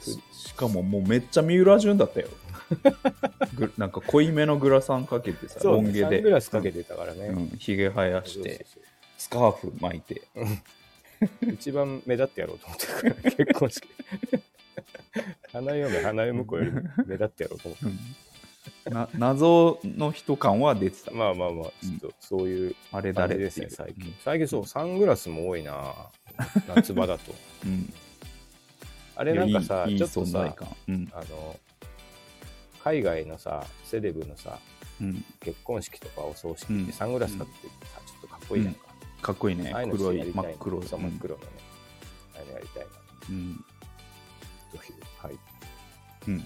A: ししかももうめっちゃ三浦淳だった よぐなんか濃いめのグラサンかけてさ
B: う。
A: ロ
B: ね
A: ン毛
B: サ
A: で
B: ングラスかけてたからね。
A: うん、ひげ生や
B: そ
A: し
B: うそう
A: てスカーフ巻いて
B: そう一番目立ってやろうと思ってるから、結婚式。花嫁、花嫁子より目立ってやろうと思って。
A: な 謎の人感は出てた
B: まあまあまあ、ちょっとそういう
A: あれ
B: 感
A: 誰
B: じ
A: っ
B: です
A: てい
B: ね、
A: う
B: 最近。最近そう、サングラスも多いな、夏場だと。
A: うん
B: あれなんかさ、
A: いやいい
B: ちょっと
A: いい存在
B: さ、
A: 感うん
B: あの、海外のさ、セレブのさ、
A: うん
B: 結婚式とかお葬
A: う
B: 式っ
A: ん
B: てサングラスかってさ、ちょっとかっこいいやんか、
A: かっこいいね
B: ああうの
A: 黒
B: や
A: い
B: り
A: 真
B: た
A: っ
B: な
A: 黒
B: そう
A: う
B: 真
A: ん
B: っ黒のね、あれやりたいな
A: うん
B: ぜひはい
A: うん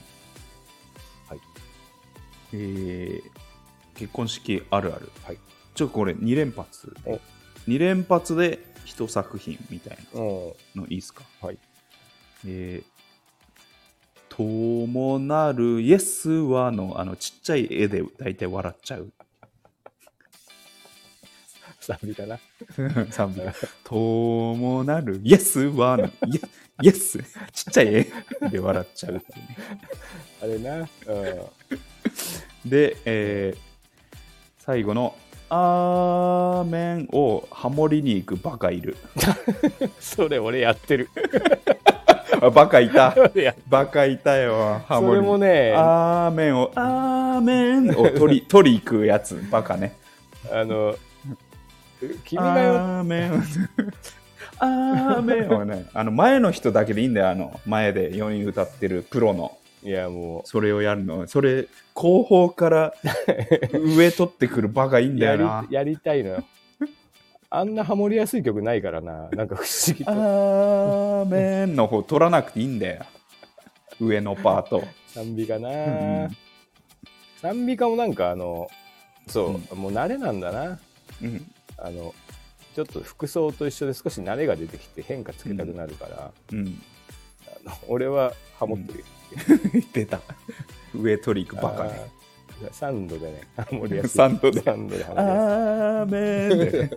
B: はい
A: えー結婚式あるある、
B: はい、
A: ちょっとこれ2連発
B: お
A: 2連発で1作品みたいな
B: お
A: のいいですか
B: はい
A: えー、ともなるイエスはのあのちっちゃい絵で大体笑っち ゃう
B: サビかな
A: 賛美がともなるイエスはのイエイエスちっちゃい絵で笑っちゃうっていうね
B: あれな、うん、
A: で、えー最後の「アーメン」をハモりに行くバカいる
B: それ俺やって る
A: あバカいた
B: いや
A: バカいたよハモ
B: そ
A: リ
B: れもねあ
A: アーメンを「アーメン」を取 り取り行くやつバカね
B: の君がよ
A: アーメン。 アーメンをね、あの前の人だけでいいんだよ、あの前で4人歌ってるプロの。
B: いやも
A: それをやるの。それ、後方から上取ってくるバカいいん
B: う
A: だ
B: や
A: よ
B: り
A: な。
B: やりたいのよあんなハモりやすい曲ないからななんか不思議
A: アー
B: と
A: メンの方取らなくていいんだよ。上のパート。
B: 賛美かな、
A: うん
B: 賛美歌もなんかあのそう、もう慣れなんだな
A: うん。
B: あのちょっと服装と一緒で少し慣れが出てきて変化つけたくなるから、
A: うん。
B: あの俺はハモってるよ、
A: 出た。上取り行くバカね。
B: あーサンドでねハモ りやすい
A: サンドで
B: サンドでハモりや
A: アーメンで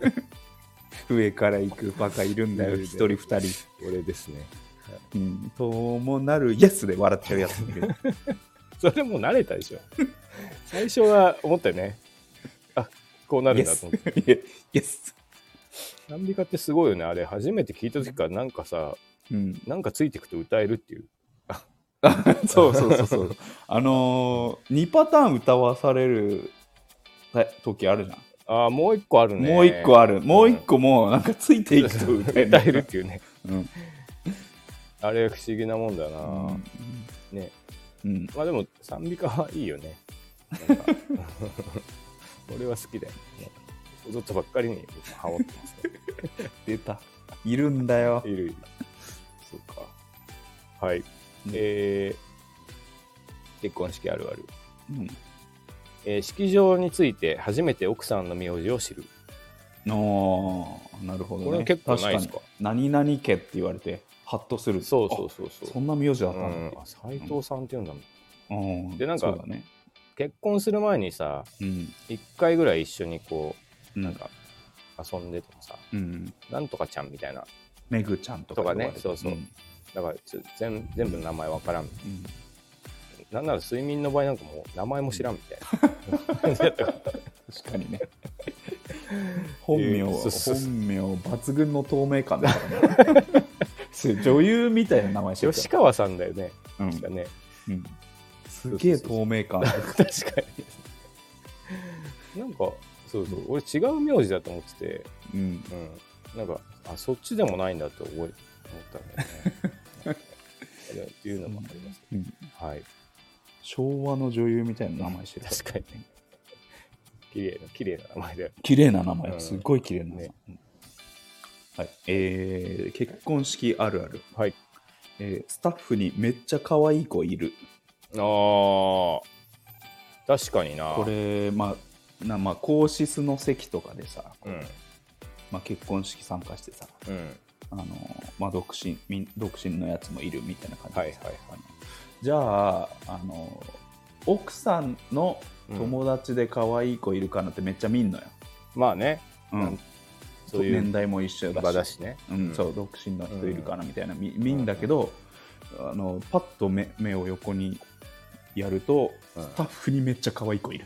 A: 上から行くバカいるんだよ、一人二人。
B: すい俺ですね
A: うん、ともなるイエスで笑っちゃうやつもいる
B: それもう慣れたでしょ 最初は思ったよねあこうなるんだと思っ て
A: イエイエス、
B: 賛美歌ってすごいよねあれ初めて聞いた時からなんかさ
A: うん、
B: なんかついてくと歌えるっていう
A: そうそうそう そうあのー、2パターン歌わされるた時あるじゃん、
B: ああもう一個あるね
A: もう1個あるもう1個もなんかついていくと歌え
B: 歌える
A: る
B: っ、ていうね
A: うん
B: あれ不思議なもんだな、
A: うん
B: ね
A: うん、
B: まあでも 賛美歌はいいよね。なんか俺は好きだよ、ね。踊ったばっかりにハモってますね。
A: 出た。いるんだよ
B: い。るいる。そうか。はい。
A: うん
B: えー結婚式あるある。
A: うん。
B: えー式場について初めて奥さんの名字を知る。
A: あーなるほどね。
B: これ結構ないです
A: 確
B: か
A: かに。何々家って言われて、ハッとする。
B: そうそうそう
A: あ
B: そ。
A: そうんな名字だった
B: うん
A: んだ。
B: 斎藤さんって言うんだもん。
A: うん。
B: でなんか
A: そうだね。
B: 結婚する前にさ、
A: うん。
B: 一回ぐらい一緒にこう、
A: な
B: なん
A: んか、
B: か遊んでとかさ、
A: うん。
B: なんとかちゃんみたいな。
A: めぐちゃんとか
B: とかね
A: 呼ばれて
B: そうそう
A: うん
B: だからちょ全全部名前わから
A: う
B: ん。
A: ん
B: なんなら睡眠の場合なんかもう名前も知らんみ たいな感じだったから。
A: 確かに ね。本名は、
B: えーそうそうそう
A: 本名、抜群の透明感だから ね。女優みたいな名前してる
B: 吉川さんだよね。
A: う
B: 確か
A: ん
B: ね。
A: うんすげえ透明 感。
B: 確かに。なんか、そうそう、俺違う名字だと思ってて、
A: うん
B: うん、なんか、あ、そっちでもないんだと思い思ったんだよね。っていうのもあります。
A: うん
B: はい。
A: 昭和の女優みたいな名前してる。
B: 確かにね。綺麗な、綺麗な名前だよ。
A: 綺麗な名
B: う
A: 前、
B: ん
A: すっごい綺麗な名前。
B: ね
A: うんはい、えー結婚式あるある、
B: はい。
A: えースタッフにめっちゃ可愛い子いる。
B: ああ、確かにな。
A: これ、まあ、なまあ、皇室の席とかでさ、
B: うん。
A: まあ、結婚式参加してさ、
B: うん。
A: あのまあ、独身みん独身のやつもいるみたいな感じでさ
B: はいはい
A: あのじゃああの奥さんの友達で可愛い子いるかなってめっちゃ見んのよ、
B: まあね、
A: うん
B: うんそうい
A: 年
B: う
A: 代も一緒だし
B: 場だしね。。
A: うん、そうう独身の人いるかなみたいな、見見んだけど、あのパッと目目を横にやると、
B: うん
A: スタッフにめっちゃ可愛い子い る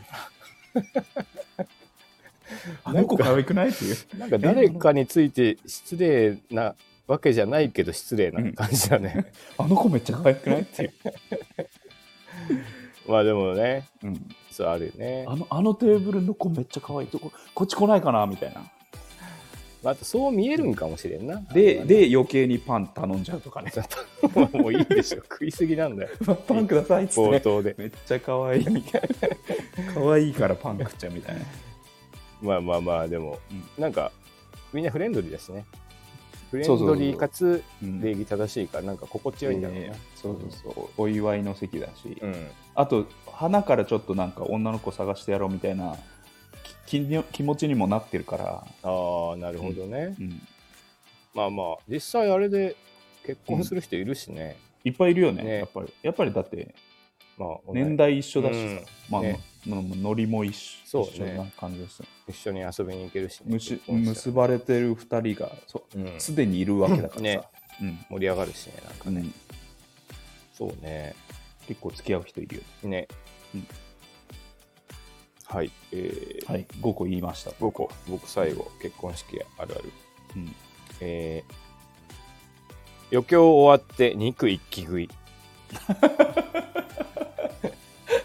A: あの子可愛くないっていう
B: なんか誰かについて失礼なわけじゃないけど失礼な感じだね。
A: あの子めっちゃ可愛くない っていう、
B: まあでもね、
A: うん
B: そうあるよね。
A: あのあのテーブルの子めっちゃ可愛いとここっち来ないかなみたいな
B: まあ、あとそう見えるんかもしれんな。
A: で
B: あれはね、
A: で余計にパン頼んじゃうとかね
B: もういいでしょ。食いすぎなんだよ。
A: パンくださいっつって
B: 冒
A: ね
B: 頭で。
A: めっちゃ可愛いみたい な可愛いからパン食っちゃうみたいな
B: まあまあまあ、でも、
A: う
B: なんか、みんなフレンドリーだしね。フレン
A: そうそうそう
B: ドリーかつ
A: うん
B: 礼儀正しいから、なんか心地よいんだろう
A: え
B: ね
A: ー。そうそうそうお祝いの席だし、
B: うん。
A: あと花からちょっとなんか女の子探してやろうみたいなき気に気持ちにもなってるから、
B: ああ、なるほどね。
A: うん、
B: まあまあ、実際あれで結婚する人いるしね。
A: いっぱいいるよね
B: ね
A: やっぱりやっぱりだって
B: まあ、
A: 年代一緒だしさ、
B: うん
A: まあ
B: ね
A: まあまあノリも一緒,、
B: そうね
A: な感じですよ
B: 一緒に遊びに行けるし、
A: む
B: ね。
A: し
B: 結婚した
A: 結ばれてる2人がそう
B: らうん
A: すでにいるわけだからさ、
B: ね
A: うん
B: 盛り上がるしね。なんか
A: うん
B: そうね。
A: 結構付き合う人いるよ、
B: ね。
A: うん
B: はい。えー
A: はい、5個言いました、
B: 5個、僕最後、結婚式あるある。
A: うん、
B: えー余興終わって肉一気食い。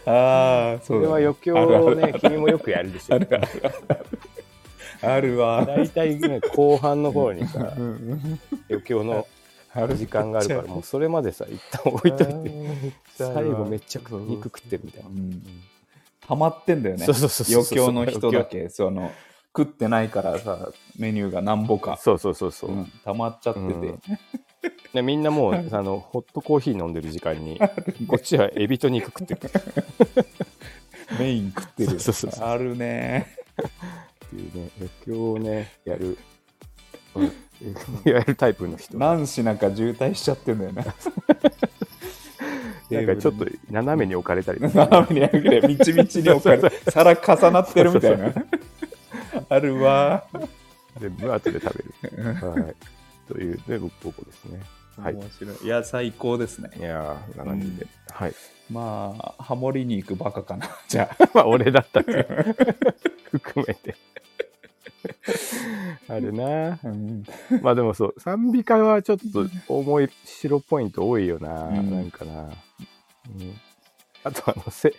A: ああ
B: これは余興をね、君もよくやるでしょ。
A: あるわ
B: 大体ね、後半の方に さ、余興の
A: ある
B: 時間があるから、もうそれまでさ、一旦置いとい て、最後めっちゃ肉食ってるみたいな。
A: 溜まってんだよね
B: そうそうそうそう
A: 余興の人だけその食ってないからさメニューがなんぼか、
B: そうそうそうそう。
A: うん、溜まっちゃってて、
B: うんね、みんなもう、あの、ホットコーヒー飲んでる時間に、こっちはエビと肉食ってるっ
A: メイン食ってる
B: そうそうそうそ
A: あるね
B: ていうね、余興をね、やる、うんやるタイプの人。な
A: 何品か渋滞しちゃってんだよ ね
B: んかちょっと斜めに置かれたりとか
A: 斜めに上げれみちみちに置かれて皿重なってるみたいなあるわ
B: 全部後で食べる。はい。というね、僕、ここですね。はい。
A: 面白いいや最高ですね
B: いやー、こんな感じで。はい。
A: まあハモりに行くバカかなじゃあ
B: まあ、俺だったら 含めて。 あれな
A: うん
B: まあでもそう賛美歌はちょっと重い白ポイント多いよな、
A: うん
B: なんかな、うん、あとあのせ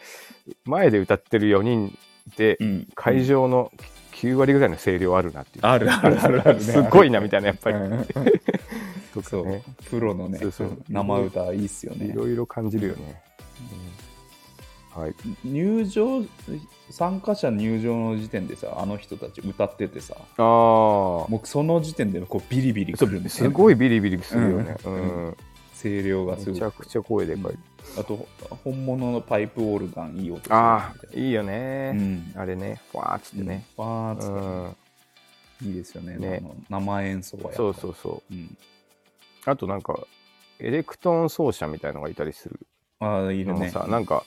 B: 前で歌ってる4人で
A: うん
B: 会場の9割ぐらいの声量あるなっていう、
A: あるあるあるある、ね、
B: すごいなみたいなやっぱり、
A: うん
B: とか
A: そう、
B: ね
A: プロのね
B: そうそう
A: 生歌いいっすよ
B: い
A: ね
B: ろいろ感じるよね、うんはい
A: 入場参加者入場の時点でさあの人たち歌っててさ
B: ああ。
A: もうその時点でこうビリビリくるんです
B: す
A: よ、ね、
B: ごいビリビリするよね。
A: う
B: うんん。
A: 声量がす
B: め
A: ご
B: ちゃ
A: く
B: くちゃ声でかい。
A: あと本物のパイプオルガンいい音するみたいな
B: ああ、いいよ
A: う
B: ね。
A: ん
B: あれね、ふわーっつってね。
A: わーっつ
B: う
A: って
B: ん。
A: いいですよね
B: ね
A: あの生演奏はやっぱ
B: そうそうそう。
A: うん、
B: あとなんか、エレクトーン奏者みたいのがいたりする
A: ああいる
B: のも
A: ね
B: さ、なんか、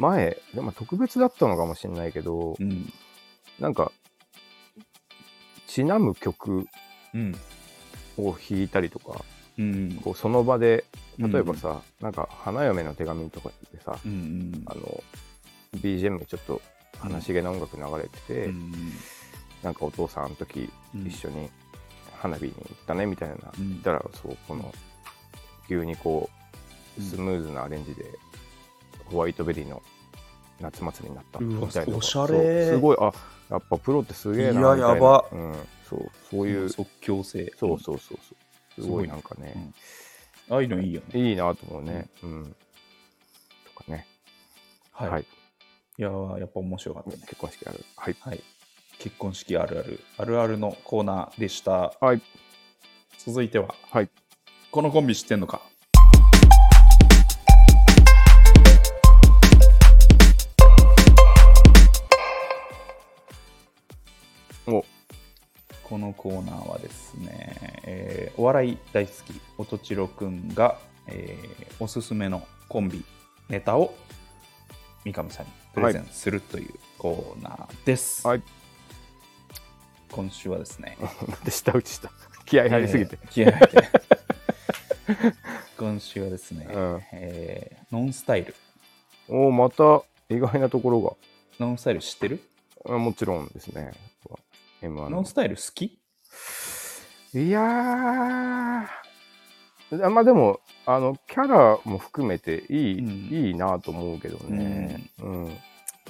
B: 前、でも特別だったのかもしれないけど、
A: うん
B: なんか、ちなむ曲
A: うん
B: を弾いたりとか、
A: うん
B: こうその場で、例えばさ、なんか、花嫁の手紙とかってさ、
A: うんうん
B: あの、BGM ちょっと悲しげな音楽流れてて、
A: うん
B: なんかお父さんの時
A: うん
B: 一緒に花火に行ったねみたいな、
A: うん
B: 言ったらそうこの急にこうスムーズなアレンジで、ホワイトベリーの夏祭りになったみたいな
A: うわおしゃれ
B: そうすごいあやっぱプロってすげえなみたいない
A: ややば
B: うん、そうそういう、そ
A: 即興性
B: うそうそうそうすごいなんかね、
A: ああいうのいいよね
B: いいなと思うねうん、とかねはい、
A: いいやーやっぱ面白かったね
B: 結婚式あるはい
A: はい結婚式あるあるあるあるのコーナーでした
B: はい
A: 続いては
B: はい
A: このコンビ知ってんのか
B: お
A: このコーナーはですね、えーお笑い大好きおとちろくんが、えーおすすめのコンビネタを三上さんにプレゼンするというコーナーです、
B: はい
A: 今週はですね
B: なんで舌打ちした気合い入りすぎて、
A: えー気合い入 って今週はですね、
B: うん
A: えーノンスタイル
B: おおまた意外なところが
A: ノンスタイル知ってる
B: あもちろんですね。M1
A: ノン
B: の
A: スタイル好き
B: いやー、あまあでも、あの、キャラも含めていい、
A: うん
B: いいなと思うけどね、うん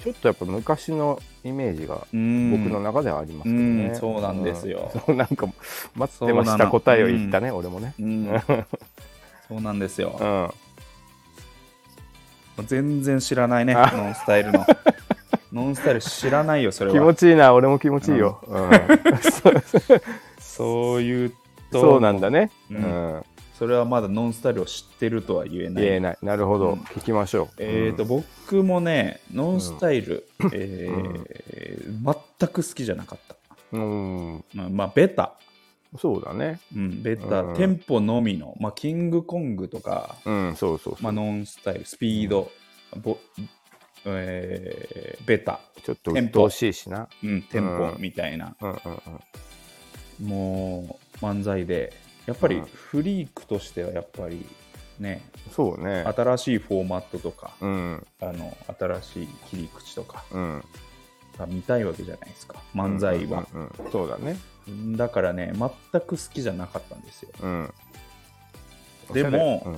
B: ちょっとやっぱ昔のイメージが
A: うん
B: 僕の中ではありますけどね。
A: うんそうなんですよ
B: うんそうなんか、待ってました答えを言ったね、俺もね。
A: うん そうなんですよ
B: う、ん。
A: 全然知らないね
B: あ
A: ノンスタイ ルのノンスタイル知らないよそれは
B: 気持ちいいな、俺も気持ちいいよ。うん
A: そういうと
B: そうなんだね。
A: う
B: うんん。
A: それはまだノンスタイルを知ってるとは言えない
B: 言えない。なるほ
A: う
B: ど。
A: ん
B: 聞きましょう。
A: えーと
B: うん
A: 僕もねノンスタイル、えー全く好きじゃなかった、
B: う
A: う
B: ん。
A: んまあベタ、
B: そうだね。
A: うん、ベタ、
B: うん
A: テンポのみの、まあ、キングコングとか、
B: うん、そうそうそう
A: まあ、ノンスタイルスピード、ぼえーベタ、
B: ちょっと
A: テン
B: 鬱
A: ポ
B: 陶しいしな。
A: うん、テンポ
B: うん
A: みたいな、
B: うんうんうん。
A: もう漫才でやっぱり
B: うん
A: フリークとしてはやっぱりね
B: そうね。
A: 新しいフォーマットとか
B: うん
A: あの新しい切り口とか
B: うん。
A: が見たいわけじゃないですか漫才は、
B: うんうんうん。そうだね。
A: だからね全く好きじゃなかったんですよ
B: うん。
A: でも
B: お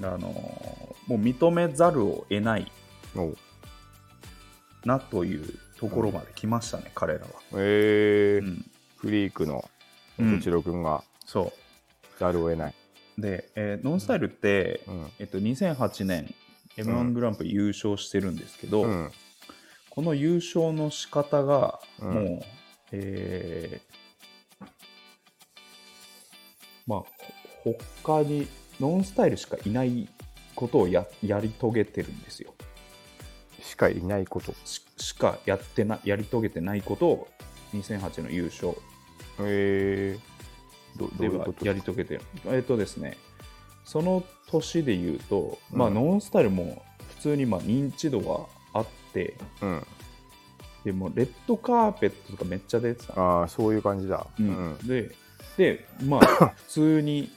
B: し
A: あのもう認めざるを得ない
B: ゃれ、うん、お
A: なというところまで来ましたね、彼らは、
B: えー
A: うん、
B: フリークの
A: うん
B: こちろくんが
A: そ
B: ざるを得ない。
A: うで、えーノンスタイルって、
B: うん。
A: えっと、2008年 m
B: う
A: 1
B: ん
A: グランプリ優勝してるんですけど、
B: うん。
A: この優勝の仕方が、
B: うん
A: もう、えーまあ、ほ他に、ノンスタイルしかいないことをややり遂げてるんですよ。
B: しかいないこと。
A: ししかやってな、やり遂げてないことを、2008の優勝
B: えー、どどう
A: で
B: いう
A: は
B: こと
A: やり遂げてる。えっ、とですね、その年で言うと、
B: うん
A: まあ、ノンスタイルも普通にまあ認知度はあって、
B: うん。
A: でもうレッドカーペットとかめっちゃ出てた
B: ああ、そういう感じだ。
A: う
B: うん。
A: んでで、ま あ、普通に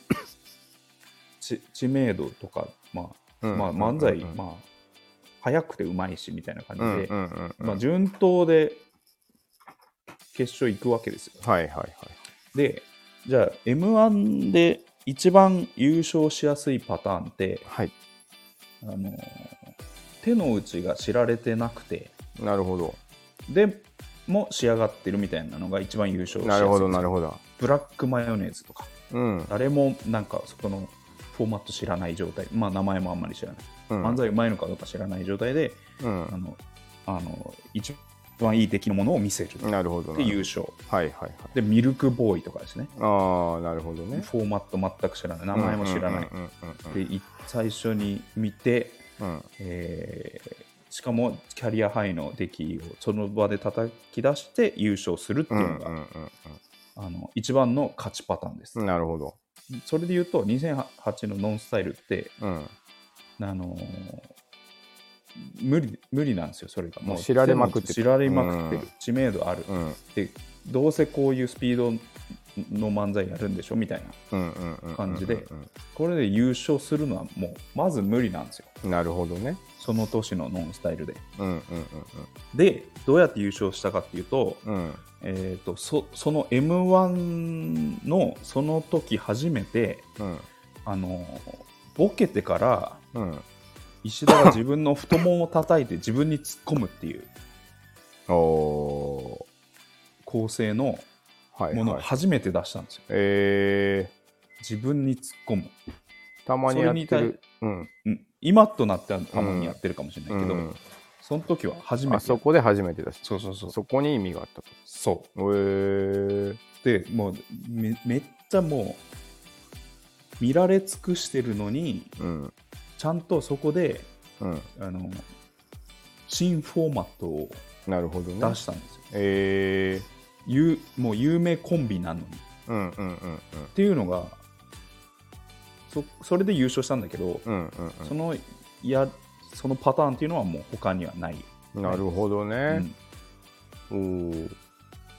A: 知知名度とか、まあ
B: うん
A: まあ、漫才、
B: うん
A: まあ、早くてうまいしみたいな感じ
B: う
A: で、
B: んうんうんうん。
A: まあ、順当で決勝行くわけですよ。
B: はいはいはい。
A: で、じゃあ m 1で一番優勝しやすいパターンって、
B: はい。
A: あのー手の内が知られてなくて
B: なるほど。
A: でも仕上がってるみたいなのが一番優勝しやすい
B: なるほど、なるほど。
A: ブラックマヨネーズとか。
B: うん。
A: 誰もなんかそこのフォーマット知らない状態、まあ、名前もあんまり知らない、
B: うん
A: 漫才うまいのかどうか知らない状態で、あ
B: う
A: のあの一番いい出来のものを見せる
B: ん。なるほどな。
A: で優勝
B: はいはいはい。
A: でミルクボーイとかですね
B: ああ、なるほどね。
A: フォーマット全く知らない名前も知らない、
B: うんうんうん
A: でい最初に見て、
B: うんうん。
A: えーしかもキャリアハイの出来をその場で叩き出して優勝するって
B: う
A: い
B: ん
A: う
B: う
A: の
B: ん
A: が、
B: うん
A: あの一番の勝ちパターンです、
B: うん。なるほど。
A: それで言うと2008の「ノンスタイル」って
B: うん。
A: あのー無理無理なんですよそれが
B: もう知られまくってる
A: 知られまくって
B: う
A: る知名度ある、
B: うん
A: でどうせこういうスピードの漫才やるんでしょみたいな
B: うんうんうん。
A: 感じで
B: うんうん
A: これで優勝するのはもうまず無理なんですよ
B: うん。なるほどね。
A: その年のノンスタイルで
B: うんうん
A: でどうやって優勝したかっていうと,、
B: うんうん。
A: えー、とそその m 1のその時初めて
B: うん
A: あのーボケてから
B: うん。うん。
A: 石田が自分の太ももを叩いて自分に突っ込むっていう
B: おお
A: 構成の
B: ー。はい
A: ものを
B: はい。
A: 初めて出したんですよ、
B: え
A: 自分に突っ込む
B: ー、たまにやっ
A: そ
B: て
A: れに
B: る。うん。
A: うん今となってはたまにやってるかもしれないけど、
B: うん
A: その時は初めて
B: あそこで初めてだし。
A: そうそうそう
B: そこに意味があったと。
A: そ
B: えー、
A: うでもうめめっちゃもう見られ尽くしてるのに
B: うん。
A: ちゃんとそこで
B: うん。
A: あの新フォーマットを
B: なるほどね
A: 出。したんですよ、
B: え
A: 有もう有名コンビなのにっ
B: ー、うんうんうん
A: ていうのがそそれで優勝したんだけど、
B: うん。うんうん
A: そのやそのパターンっていうのはもう他にはない、
B: うん。なるほど
A: う
B: ね。
A: ん
B: おー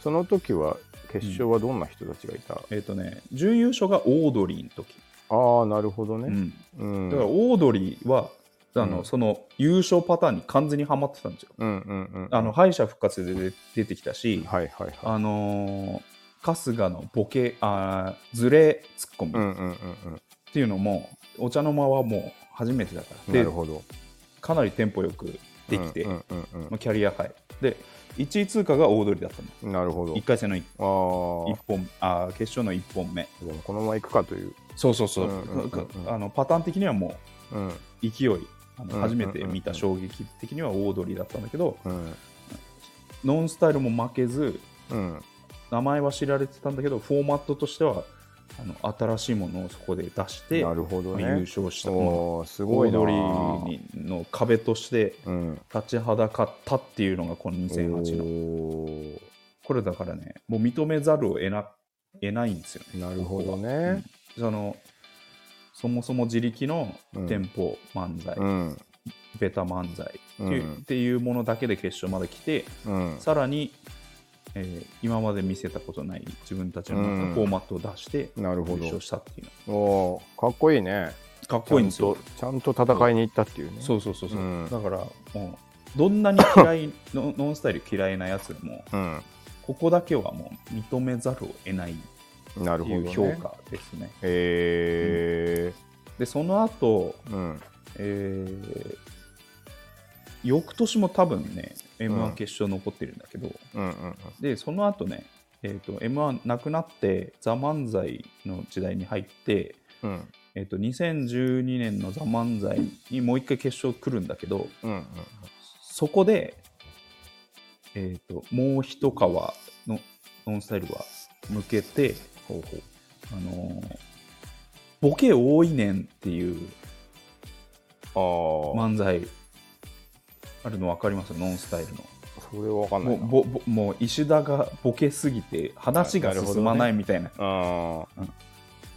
B: その時は、決勝はどんな人たちがいた、
A: えっ、とね準優勝がオードリーの時、
B: ああ、なるほど
A: う
B: ね。
A: ん、
B: うん。
A: だからオードリーは、あの
B: うん
A: その優勝パターンに完全にはまってたんですよ。
B: うんうんうん。
A: あの
B: は
A: 敗者復活で出出てきたし
B: い、はいはい。
A: あのー春日のボケあーズレツッコミ
B: う
A: っ
B: んうんうんうん。
A: ていうのも、お茶の間はもう初めてだから
B: な
A: で
B: るほど。
A: かなりテンポよくできて、
B: うんうんうん
A: まあ、キャリアハイで1位通過がオードリーだったの
B: うん。なるほど。
A: 1回戦の 1,
B: あ
A: 本あー決勝の1本目
B: あ。でもこのまま行くかという。
A: そうそうそう,、
B: うんうんうんうん
A: あのパターン的にはもう
B: うん。
A: 勢いあ
B: う
A: の
B: ん
A: 初めて見た衝撃的にはオードリーだったんだけど、
B: うん。
A: ノンスタイルも負けず
B: うん。
A: 名前は知られてたんだけどフォーマットとしてはあの新しいものをそこで出して、
B: なるほど
A: まあ
B: ね。
A: 優勝したも
B: おーす
A: う
B: ご
A: オ
B: い
A: ー
B: な。
A: ドリーの壁として
B: うん。
A: 立ちはだかったっていうのがこの2008の
B: おー
A: これだからねもう認めざるを得な得ないんですよね
B: なるほどね。
A: そのそもそも自力の
B: うん
A: 店舗漫才、
B: うん。
A: ベタ漫才って
B: う
A: いう,、っ
B: ん。
A: ていうものだけで決勝まで来て、
B: うん。
A: さらに、えー今まで見せたことない自分たちの中のフォーマットを出して
B: なる
A: 優
B: ほ
A: 勝
B: ど。
A: したっていうの
B: おーかっこいいね。
A: かっこいいんですよ。
B: ちゃんとちゃんと戦いに行ったっていうね。
A: そうそうそうそう、
B: うん
A: だからもうどんなに嫌い ノノンスタイル嫌いなやつでも
B: うん。
A: ここだけはもう認めざるを得ないって
B: なるほ
A: い
B: ど
A: う
B: ね。
A: 評価ですね
B: え
A: でその後、
B: ー。うん。
A: えー翌年も多分ね m
B: う
A: 1
B: ん
A: 決勝残ってるんだけど、
B: うんうん
A: でその後ね、えー、と m 1なくなって「ザ漫才の時代に入って、
B: うん。うん
A: えー、と2012年の「ザ漫才にもう一回決勝来るんだけど
B: うんうん。
A: そこで、えー、ともう一皮のノンスタイルは向けて、あのーボケ多いねんっていう
B: あー、
A: 漫才あるの分かりますノンスタイルの。
B: それわかんな
A: も
B: いうな。
A: ぼぼもう石田がボケすぎて話が進まないみたいな
B: あ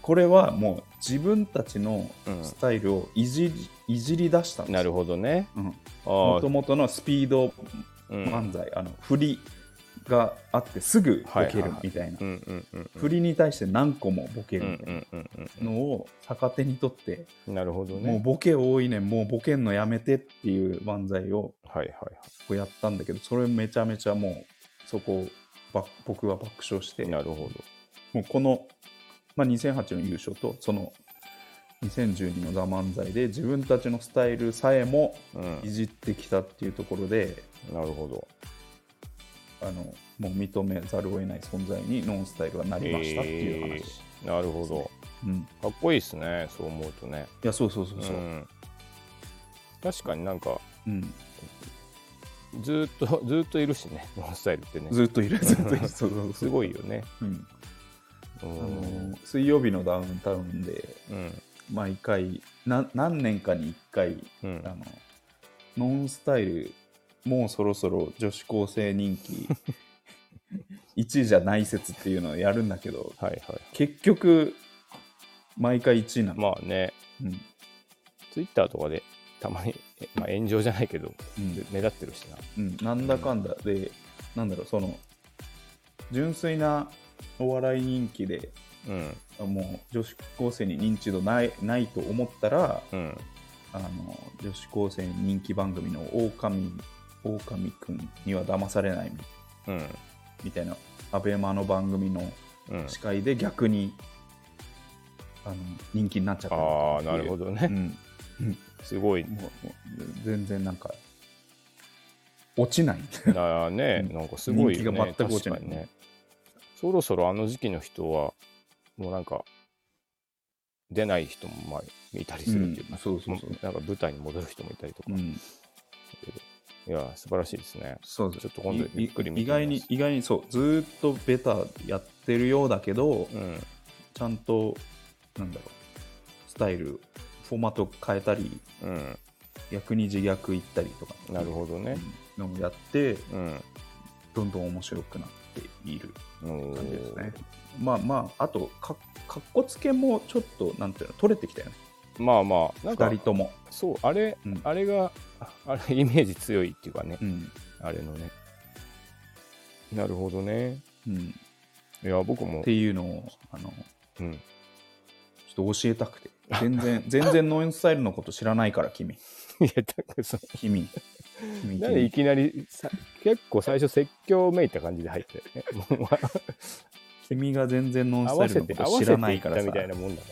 A: これはもう自分たちの
B: うん
A: スタイルをいじり,、いじり出したん
B: ー
A: で
B: な
A: す
B: る
A: よ。
B: ほどね。あ
A: も
B: ー
A: ともとのスピード
B: うん
A: 漫才、あの振りがあってすぐボケるみたいな、
B: うんうんうん
A: 振りに対して何個もボケ
B: う
A: るみ
B: ん
A: た
B: う
A: い
B: んうんうん
A: なのを逆手にとって、
B: うんなるほど
A: もう
B: ね。
A: ボケ多いねんもうボケんのやめてっていう漫才を
B: はいはいは
A: こうやったんだけどそれめちゃめちゃもうそこをば僕は爆笑して
B: い。なるほ
A: もうこの、まあ、2008の優勝とその2012の「ザ漫才で自分たちのスタイルさえも
B: ど。うん
A: いじってきたっていうところで
B: なるほど。
A: あのもう認めざるを得ない存在にノンスタイルはなりましたっていう話、
B: えーなるほど。
A: うん、
B: かっこいいですねそう思うとね
A: いやそうそうそうそう、
B: ん、確かになんか
A: うん、
B: ずーっと ずーっといるしねノンスタイルってね
A: ずっといるずっといるそうそうそう
B: すごいよね
A: うん、
B: う
A: あ
B: ん、
A: の水曜日のダウンタウンで
B: うん
A: 毎回な何年かに1回
B: う
A: あ
B: ん、
A: のノンスタイルもうそろそろ女子高生人気 1位じゃない説っていうのをやるんだけど
B: はいはい
A: 結局毎回1位なの、
B: まあね
A: うん
B: ツイッターとかでたまに、えまあ、炎上じゃないけど
A: うん
B: 目立ってるしな
A: うん、なんだかんだでなんだろうその純粋なお笑い人気で
B: うん
A: あもう女子高生に認知度ないないと思ったら
B: うん
A: あの女子高生人気番組の狼狼くんには騙されないみ
B: うん
A: みたいなアベマの番組の
B: うん
A: 司会で逆に、あの人気になっちゃった
B: ああなるほ
A: ど、
B: ど
A: う
B: ね
A: ん、
B: すごい
A: もうもう全然なんか落ちない
B: なね
A: うん
B: なんかすごい
A: 人
B: よね
A: 気が全く落ちない
B: 確かにねそろそろあの時期の人はもうなんか出ない人もまあいたりするっていうか、
A: うんそうそうそう
B: もなんか舞台に戻る人もいたりとか、
A: う
B: い
A: ん
B: や素晴らしいですね
A: そうです
B: ちょっと今度
A: い
B: ゆっくり見て
A: 意外に意外にそうずーっとベタやってるようだけど、
B: うん
A: ちゃんとなんだろうスタイルフォーマット変えたり
B: うん
A: 逆に自虐行ったりとか
B: なるほどね
A: うんのもやって
B: うん
A: どんどん面白くなっている
B: おー
A: 感じですね。まあまあ、あとか、かっこつけもちょっと、なんていうの、取れてきたよね、
B: まあまあなんか
A: 2人とも。
B: そうあれ、
A: うん
B: あれがああれイメージ強いっていうかね
A: うん。
B: あれのねなるほどね
A: うん、
B: いや僕も
A: っていうのを、あの、
B: うん
A: ちょっと教えたくて。全然、全然ノンスタイルのこと知らないから、君。
B: いやだからそ
A: 君。君。
B: なんでい
A: 君
B: きなりさ結構最初説教めいた感じで入って、 ね、もうあ
A: 君が全然ノンス
B: 合
A: タ
B: わ
A: イル
B: せ
A: の
B: て
A: こ
B: 合わ
A: と
B: せ
A: 知
B: て
A: らないい
B: った
A: からさ
B: み。たいなもんだか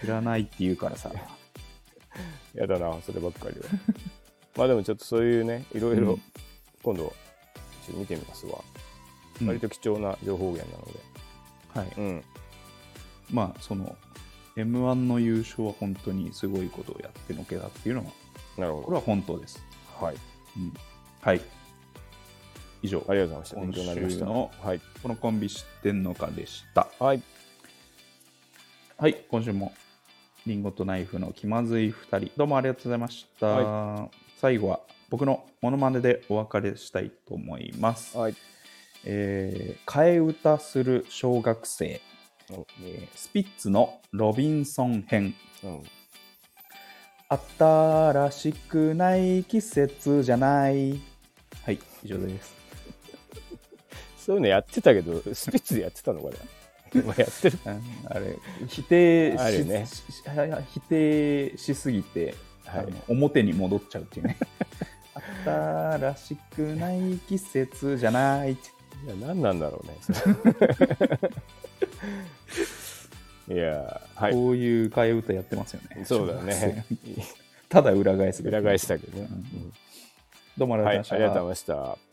A: 知らないって言うからさ。
B: らやだなそればっかりは まあでもちょっとそういうねいろいうろ
A: ん
B: 今度ちょっと見てみますわ、
A: うん
B: 割と貴重な情報源なので
A: はい。
B: うん
A: まあ、その、M1 の優勝は本当にすごいことをやってのけだっていうのは、
B: なる
A: こ
B: ほ
A: れは本当です。
B: どはい
A: うん、はい。以上、
B: ありがとうございました勉
A: 今
B: 強になりまし
A: 週
B: た
A: の
B: はい
A: このコンビ知ってんのかでした。
B: はい
A: はい、今週もリンゴとナイフの気まずい2人、どうもありがとうございました。最後は僕のモノマネでお別れしたいと思います。
B: はい
A: えー替え歌する小学生、
B: お
A: えースピッツのロビンソン編。
B: うん
A: 新しくない季節じゃない。はい、以上です。
B: そういうのやってたけど、 スピッツでやってた のかな今やってる。
A: うんあれ否定
B: あ
A: し,
B: る
A: し、
B: ね
A: しは否定しすぎて、
B: はい
A: あの表に戻っちゃうっていう ね新しくない季節じゃないって
B: いや、何なんだろうね。それ いやー、はい。
A: こういう替え歌やってますよね
B: そうだね。
A: ただ裏返すだけ
B: 裏返したけどね。
A: どうもあり
B: は
A: が
B: い、
A: と
B: あ
A: うご
B: りがと
A: ざ
B: う
A: いました、
B: ございました。